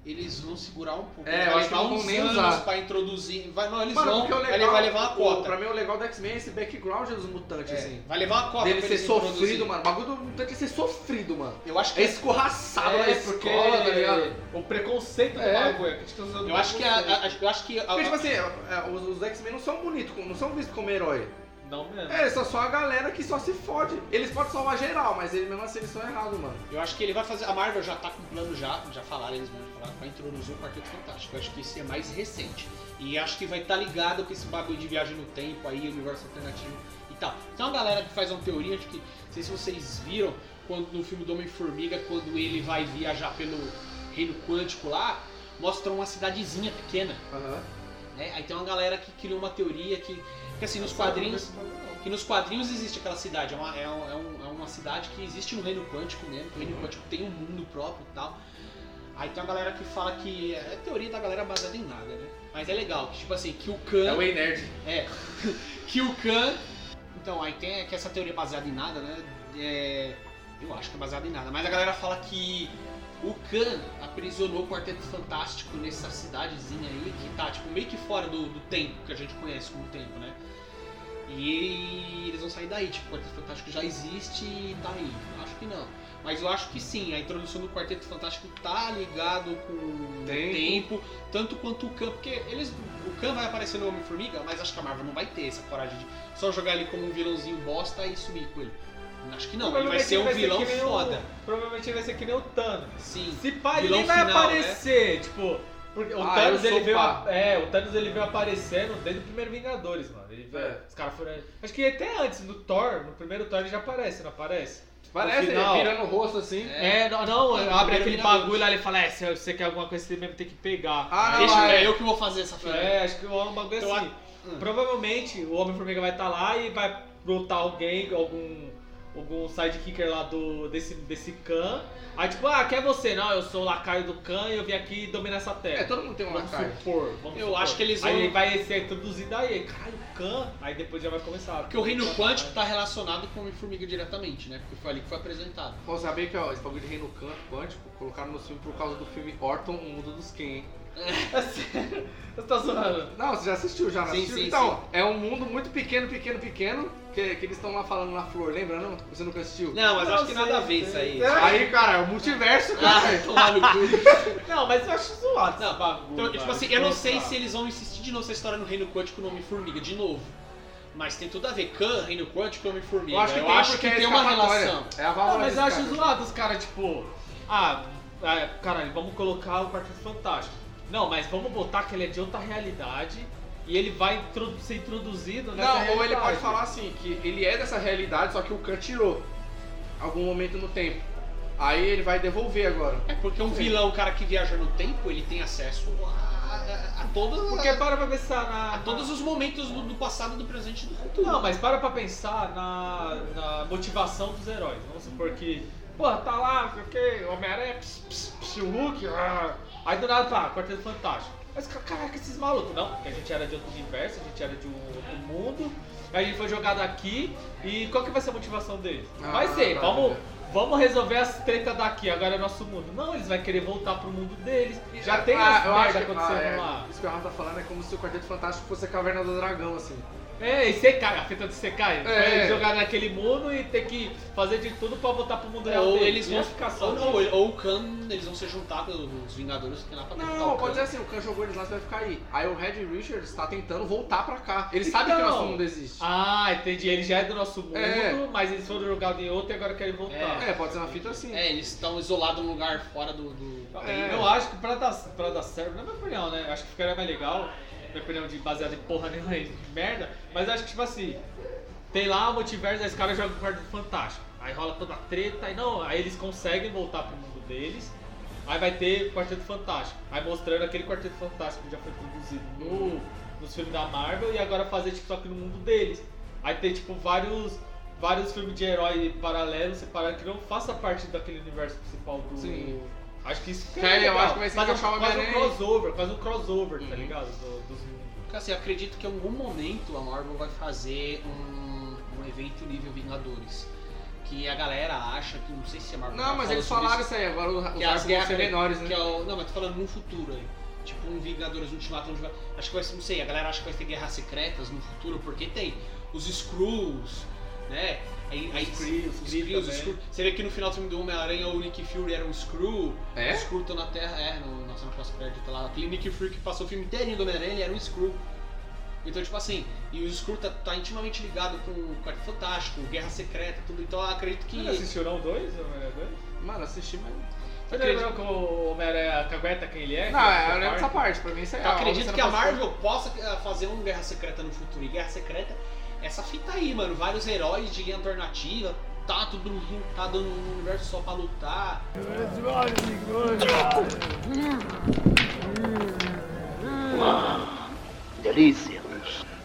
Speaker 4: eles vão segurar um pouco.
Speaker 1: É, eu acho
Speaker 4: vai
Speaker 1: que
Speaker 4: levar
Speaker 1: não vão
Speaker 4: uns
Speaker 1: nem
Speaker 4: anos
Speaker 1: usar.
Speaker 4: pra introduzir. Vai, não, eles
Speaker 1: Mano,
Speaker 4: vão.
Speaker 1: porque o
Speaker 4: vai
Speaker 1: legal-
Speaker 4: levar- vai levar uma
Speaker 1: o-
Speaker 4: cota.
Speaker 1: pra mim o legal do X-Men é esse background dos mutantes,
Speaker 4: É,
Speaker 1: assim.
Speaker 4: vai levar uma cota.
Speaker 1: Dele
Speaker 4: pra
Speaker 1: ser
Speaker 4: eles
Speaker 1: sofrido,
Speaker 4: introduzirem.
Speaker 1: mano. O bagulho do mutante é ser sofrido, mano.
Speaker 4: Eu acho que
Speaker 1: É escorraçado na escola, tá ligado?
Speaker 3: É, O preconceito do
Speaker 1: É.
Speaker 3: bagulho. que eles estão usando
Speaker 4: Eu acho que é a,
Speaker 3: preconceito.
Speaker 4: a- a- eu acho que a-
Speaker 1: Porque, tipo assim, é, é, os, os X-Men não são bonitos, não são vistos como herói.
Speaker 3: Não mesmo.
Speaker 1: É, só só a galera que só se fode. Eles podem salvar geral, mas eles, mesmo assim eles são errados, mano.
Speaker 4: eu acho que ele vai fazer. A Marvel já tá com um plano já, já falaram, eles vão falar, vai introduzir o Quarteto Fantástico. Eu acho que esse é mais recente. E acho que vai estar ligado com esse bagulho de viagem no tempo aí, universo alternativo e tal. Tem uma galera que faz uma teoria de que, não sei se vocês viram, quando no filme do Homem-Formiga, quando ele vai viajar pelo reino quântico lá, mostra uma cidadezinha pequena.
Speaker 1: Aham.
Speaker 4: né? Aí tem uma galera que criou uma teoria que, que assim, nos quadrinhos. que nos quadrinhos existe aquela cidade, é uma, é, um- é um- é uma cidade que existe no reino quântico mesmo, que o reino quântico tem um mundo próprio e tal. Aí tem uma galera que fala que. É teoria da galera baseada em nada, né? Mas é legal, que, tipo assim, que o
Speaker 1: É
Speaker 4: Khan.
Speaker 1: o Ei Nerd.
Speaker 4: É. que o Khan. Então, aí tem que essa teoria baseada em nada, né? É, eu acho que é baseada em nada. Mas a galera fala que o Khan aprisionou o Quarteto Fantástico nessa cidadezinha aí, que tá tipo meio que fora do, do tempo que a gente conhece como tempo, né? E eles vão sair daí, tipo, o Quarteto Fantástico já existe e tá aí. Eu acho que não. Mas eu acho que sim, a introdução do Quarteto Fantástico tá ligado com o
Speaker 1: Tempo.
Speaker 4: tempo, tanto quanto o Khan, porque eles. O Khan vai aparecer no Homem-Formiga, mas acho que a Marvel não vai ter essa coragem de só jogar ele como um vilãozinho bosta e sumir com ele. Acho que não, ele vai
Speaker 3: Provavelmente
Speaker 4: ser um
Speaker 3: que
Speaker 4: vilão
Speaker 3: nem o-
Speaker 4: foda.
Speaker 3: Provavelmente ele vai ser que nem o Thanos.
Speaker 4: Sim.
Speaker 3: Se pá, ele
Speaker 4: Vilão
Speaker 3: nem vai
Speaker 4: final,
Speaker 3: aparecer, tipo. Porque o
Speaker 1: Ah, eu
Speaker 3: Thanos
Speaker 1: sou
Speaker 3: ele veio.
Speaker 1: pá.
Speaker 3: É, o Thanos ele veio aparecendo desde o primeiro Vingadores, mano. Ele veio-
Speaker 1: É.
Speaker 3: Os caras foram. Acho que até antes, no Thor, no primeiro Thor ele já aparece, não aparece?
Speaker 1: Parece,
Speaker 3: No
Speaker 1: ele
Speaker 3: final.
Speaker 1: virando o rosto assim.
Speaker 3: É, não, não,
Speaker 4: Ah, no
Speaker 3: abre
Speaker 4: primeiro
Speaker 3: aquele
Speaker 4: Vingadores.
Speaker 3: bagulho lá ele fala, é, se você quer alguma coisa, você mesmo tem que pegar.
Speaker 1: Ah, não,
Speaker 4: Deixa,
Speaker 1: ah,
Speaker 4: é
Speaker 1: é.
Speaker 4: eu que vou fazer essa filha.
Speaker 3: É, acho que o homem bagulho é
Speaker 4: Então,
Speaker 3: assim.
Speaker 4: a- hum.
Speaker 3: Provavelmente o Homem-Formiga vai estar lá e vai brotar alguém, algum. algum sidekicker lá do. desse, desse Khan. Aí tipo, ah, quer você? Não, eu sou o lacaio do Khan e eu vim aqui dominar essa terra.
Speaker 1: É, todo mundo tem uma
Speaker 3: Vamos
Speaker 1: cara.
Speaker 3: supor, vamos
Speaker 4: um Eu
Speaker 3: supor.
Speaker 4: acho que eles
Speaker 3: Aí
Speaker 4: vão-
Speaker 3: ele vai ser introduzido aí, caralho, Khan. Aí depois já vai começar.
Speaker 4: Porque o reino quântico tá relacionado com o Homem-Formiga diretamente, né? Porque foi ali que foi apresentado.
Speaker 1: Pô, sabia que ó, esse bagulho de reino can- quântico colocaram no filme por causa do filme Orton, o mundo dos Ken, hein?
Speaker 3: É sério? Você tá zoando?
Speaker 1: Não, você já assistiu, já não
Speaker 4: Sim,
Speaker 1: assistiu?
Speaker 4: sim,
Speaker 1: então, é um mundo muito pequeno, pequeno, pequeno, que, que eles estão lá falando na flor, lembra não? Você nunca assistiu?
Speaker 4: Não, mas
Speaker 3: Não,
Speaker 4: acho que
Speaker 3: sei,
Speaker 4: nada a ver isso
Speaker 3: sei.
Speaker 4: aí.
Speaker 3: É.
Speaker 1: Aí, cara, é o multiverso, cara.
Speaker 4: Ah, tomar no cu.
Speaker 3: Não, mas eu acho zoado esse
Speaker 4: Não,
Speaker 3: bagulho.
Speaker 4: Então, tipo
Speaker 3: mano.
Speaker 4: assim, eu não sei
Speaker 3: Nossa.
Speaker 4: se eles vão insistir de novo essa história no Reino Quântico no Homem-Formiga, de novo. Mas tem tudo a ver. Khan, Reino Quântico e Homem-Formiga.
Speaker 1: Eu acho que tem, porque é
Speaker 4: tem uma
Speaker 1: escapatória.
Speaker 4: relação.
Speaker 1: É a válvula
Speaker 3: Não, mas eu acho
Speaker 1: escape.
Speaker 3: zoado os caras, tipo, ah, é, caralho, vamos colocar o Quarteto Fantástico. Não, mas vamos botar que ele é de outra realidade e ele vai introdu- ser introduzido nessa
Speaker 1: Não, ou ele
Speaker 3: realidade.
Speaker 1: pode falar assim, que ele é dessa realidade, só que o Khan tirou. Algum momento no tempo. Aí ele vai devolver agora.
Speaker 4: É porque um
Speaker 1: Sim.
Speaker 4: vilão, o cara que viaja no tempo, ele tem acesso a, a, a todas as-
Speaker 3: Porque é para pra pensar na.
Speaker 4: a todos os momentos do, do passado, do presente e do futuro.
Speaker 3: Não, mas para pra pensar na, na motivação dos heróis. Vamos supor que. Porra, tá lá, não sei o que, Homem-Aranha, ps, ps, ps, o Hulk, ah. aí do nada tá, Quarteto Fantástico. Mas ca- caraca, esses malucos, não, porque a gente era de outro universo, a gente era de um outro mundo, a gente foi jogado aqui, e qual que vai ser a motivação deles?
Speaker 1: Ah,
Speaker 3: vai ser,
Speaker 1: tá,
Speaker 3: vamos,
Speaker 1: tá.
Speaker 3: Vamos resolver as tretas daqui, agora é nosso mundo. Não, eles vão querer voltar pro mundo deles. Já
Speaker 1: Ah,
Speaker 3: tem as
Speaker 1: eu
Speaker 3: merda
Speaker 1: acho que-
Speaker 3: acontecendo
Speaker 1: ah, é,
Speaker 3: lá.
Speaker 1: Isso que o Rafa tá falando é como se o Quarteto Fantástico fosse a Caverna do Dragão, assim.
Speaker 3: É, e secar, a fita de secar.
Speaker 1: É.
Speaker 3: É. Jogar naquele mundo e ter que fazer de tudo pra voltar pro mundo real.
Speaker 4: Ou
Speaker 3: deles.
Speaker 4: eles
Speaker 3: Ia
Speaker 4: vão
Speaker 3: ficar só.
Speaker 4: Ou,
Speaker 3: nisso.
Speaker 4: não, ou- ou o Khan, eles vão ser juntados, os Vingadores, que é lá pra derrotar
Speaker 1: Não,
Speaker 4: o
Speaker 1: pode ser
Speaker 4: Khan.
Speaker 1: assim, o Khan jogou eles lá, você vai ficar aí. Aí o Red Richards tá tentando voltar pra cá. Ele sabe que o
Speaker 3: Então.
Speaker 1: nosso mundo existe.
Speaker 3: Ah, entendi. Ele já é do nosso mundo,
Speaker 1: É.
Speaker 3: mas eles foram jogados em outro e agora querem voltar.
Speaker 1: É, pode ser uma fita assim.
Speaker 4: É, eles estão isolados num lugar fora do. do-
Speaker 1: É.
Speaker 3: Eu acho que pra dar, pra dar certo, na minha opinião, né? Acho que ficaria mais legal, na minha opinião, de baseado em porra nenhuma aí, de merda. Mas acho que, tipo assim, tem lá o multiverso, aí os caras jogam o quarto fantástico. Aí rola toda a treta, aí não, aí eles conseguem voltar pro mundo deles. Aí vai ter o Quarteto Fantástico. Aí mostrando aquele Quarteto Fantástico que já foi produzido no, nos filmes da Marvel e agora fazer tipo só que no mundo deles. Aí tem tipo vários vários filmes de herói paralelos, separados, que não faça parte daquele universo principal do.
Speaker 1: Sim.
Speaker 3: Acho que isso
Speaker 1: Cara, eu
Speaker 3: legal.
Speaker 1: acho que vai se
Speaker 3: Faz um-
Speaker 1: encaixar o
Speaker 3: Faz um
Speaker 1: Homem-Aranha.
Speaker 3: crossover, faz um crossover, tá
Speaker 1: Uhum.
Speaker 3: ligado? Do- dos mundos.
Speaker 4: Porque, Assim, eu acredito que em algum momento a Marvel vai fazer um, um evento nível Vingadores. Que a galera acha que, não sei se a Marvel
Speaker 1: Não,
Speaker 4: já
Speaker 1: mas
Speaker 4: falou
Speaker 1: eles
Speaker 4: sobre
Speaker 1: falaram
Speaker 4: isso,
Speaker 1: isso aí, agora os arcos
Speaker 4: que é as
Speaker 1: vão
Speaker 4: guerras
Speaker 1: ser menores,
Speaker 4: né, Que
Speaker 1: né?
Speaker 4: é o- não, mas tô falando no futuro aí. Tipo um Vingadores Ultimato, onde vai- acho que vai ser, não sei, a galera acha que vai ter guerras secretas no futuro, porque tem os Skrulls, né? Aí, aí,
Speaker 3: Os Kree, os
Speaker 4: os
Speaker 3: Kree
Speaker 4: Kree, os
Speaker 3: também.
Speaker 4: Skrull. Você vê que no final do filme do Homem-Aranha o Nick Fury era um Skrull,
Speaker 1: É?
Speaker 4: os Skrull estão na Terra, é, no, na cena pós-crédito lá. Aquele Nick Fury que passou o filme inteirinho do Homem-Aranha, ele era um Skrull. Então, tipo assim, e o Skrull tá, tá intimamente ligado com o Quarto Fantástico, Guerra Secreta, tudo. Então, eu acredito que.
Speaker 3: Vocês assistiram dois, Homem-Aranha 2?
Speaker 1: Mano, assisti, mas.
Speaker 3: Você lembrou que o Homem-Aranha cagueta quem ele é?
Speaker 1: Não,
Speaker 3: Que
Speaker 1: eu lembro dessa
Speaker 3: parte?
Speaker 1: parte, pra mim isso é.
Speaker 4: Eu acredito
Speaker 1: cena
Speaker 4: que a
Speaker 1: pós-
Speaker 4: Marvel possa eh, fazer um Guerra Secreta no futuro. E Guerra Secreta, é essa fita aí, mano. Vários heróis de linha alternativa, tá tudo juntado num universo só pra lutar.
Speaker 5: Delícia.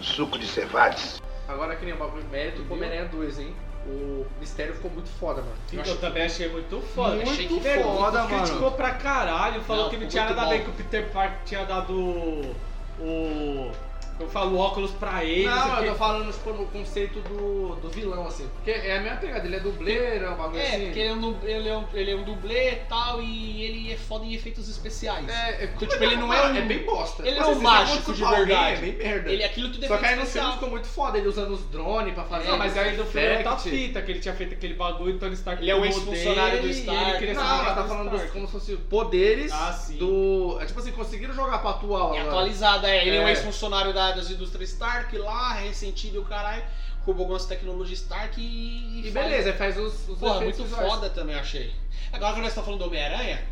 Speaker 5: Suco de cevates.
Speaker 1: Agora que nem o bagulho mérito pro Homem-Aranha 2, hein? O mistério ficou muito foda, mano.
Speaker 3: Então, Eu também achei muito foda.
Speaker 1: Muito
Speaker 4: achei que
Speaker 3: Nego,
Speaker 1: foda,
Speaker 3: tu
Speaker 1: mano.
Speaker 3: criticou pra caralho, falou
Speaker 4: Não,
Speaker 3: que não
Speaker 4: foi
Speaker 3: tinha
Speaker 4: muito
Speaker 3: nada a ver
Speaker 4: bom.
Speaker 3: que o Peter Parker tinha dado o. o- Eu falo óculos pra ele. não sei o
Speaker 1: Não,
Speaker 3: quê.
Speaker 1: eu tô falando, tipo, no conceito do, do vilão, assim. Porque é a mesma pegada, ele é dublê, é um bagulho
Speaker 4: É,
Speaker 1: assim.
Speaker 4: porque ele é, um, du- ele, é um, ele é um dublê e tal, e ele é foda em efeitos especiais.
Speaker 1: É, é
Speaker 4: Então, tipo, ele não é um-
Speaker 1: É bem bosta. Mas
Speaker 4: ele não é um
Speaker 1: se isso
Speaker 4: mágico
Speaker 1: acontecer
Speaker 4: de
Speaker 1: com alguém,
Speaker 4: verdade.
Speaker 1: É um bem merda.
Speaker 4: Ele aquilo tudo é
Speaker 1: Só que aí
Speaker 4: efeito
Speaker 1: no filme
Speaker 4: especial.
Speaker 1: ficou muito foda, ele usando os drones pra fazer.
Speaker 3: Não, mas aí no filme tá
Speaker 1: effect.
Speaker 3: fita, que ele tinha feito aquele bagulho, Tony Stark
Speaker 4: Ele é um
Speaker 3: pegou
Speaker 4: ex-funcionário
Speaker 3: dele
Speaker 4: do
Speaker 3: E ele
Speaker 4: Stark.
Speaker 3: queria
Speaker 1: Não,
Speaker 3: ser um
Speaker 1: ela
Speaker 3: cara
Speaker 1: tá
Speaker 3: do
Speaker 1: falando dos,
Speaker 3: Stark.
Speaker 1: como se fosse poderes
Speaker 3: Ah, sim.
Speaker 1: do. É tipo assim, conseguiram jogar pra atual.
Speaker 4: É
Speaker 1: agora.
Speaker 4: atualizada, é. Ele é, um
Speaker 1: É.
Speaker 4: ex-funcionário da, das indústrias Stark lá, ressentido e o caralho, roubou algumas tecnologias Stark e.
Speaker 1: E
Speaker 4: faz-
Speaker 1: beleza, aí faz os. os
Speaker 4: Porra,
Speaker 1: efeitos
Speaker 4: muito
Speaker 1: visuais.
Speaker 4: foda também, achei. Agora que nós estamos falando do Homem-Aranha,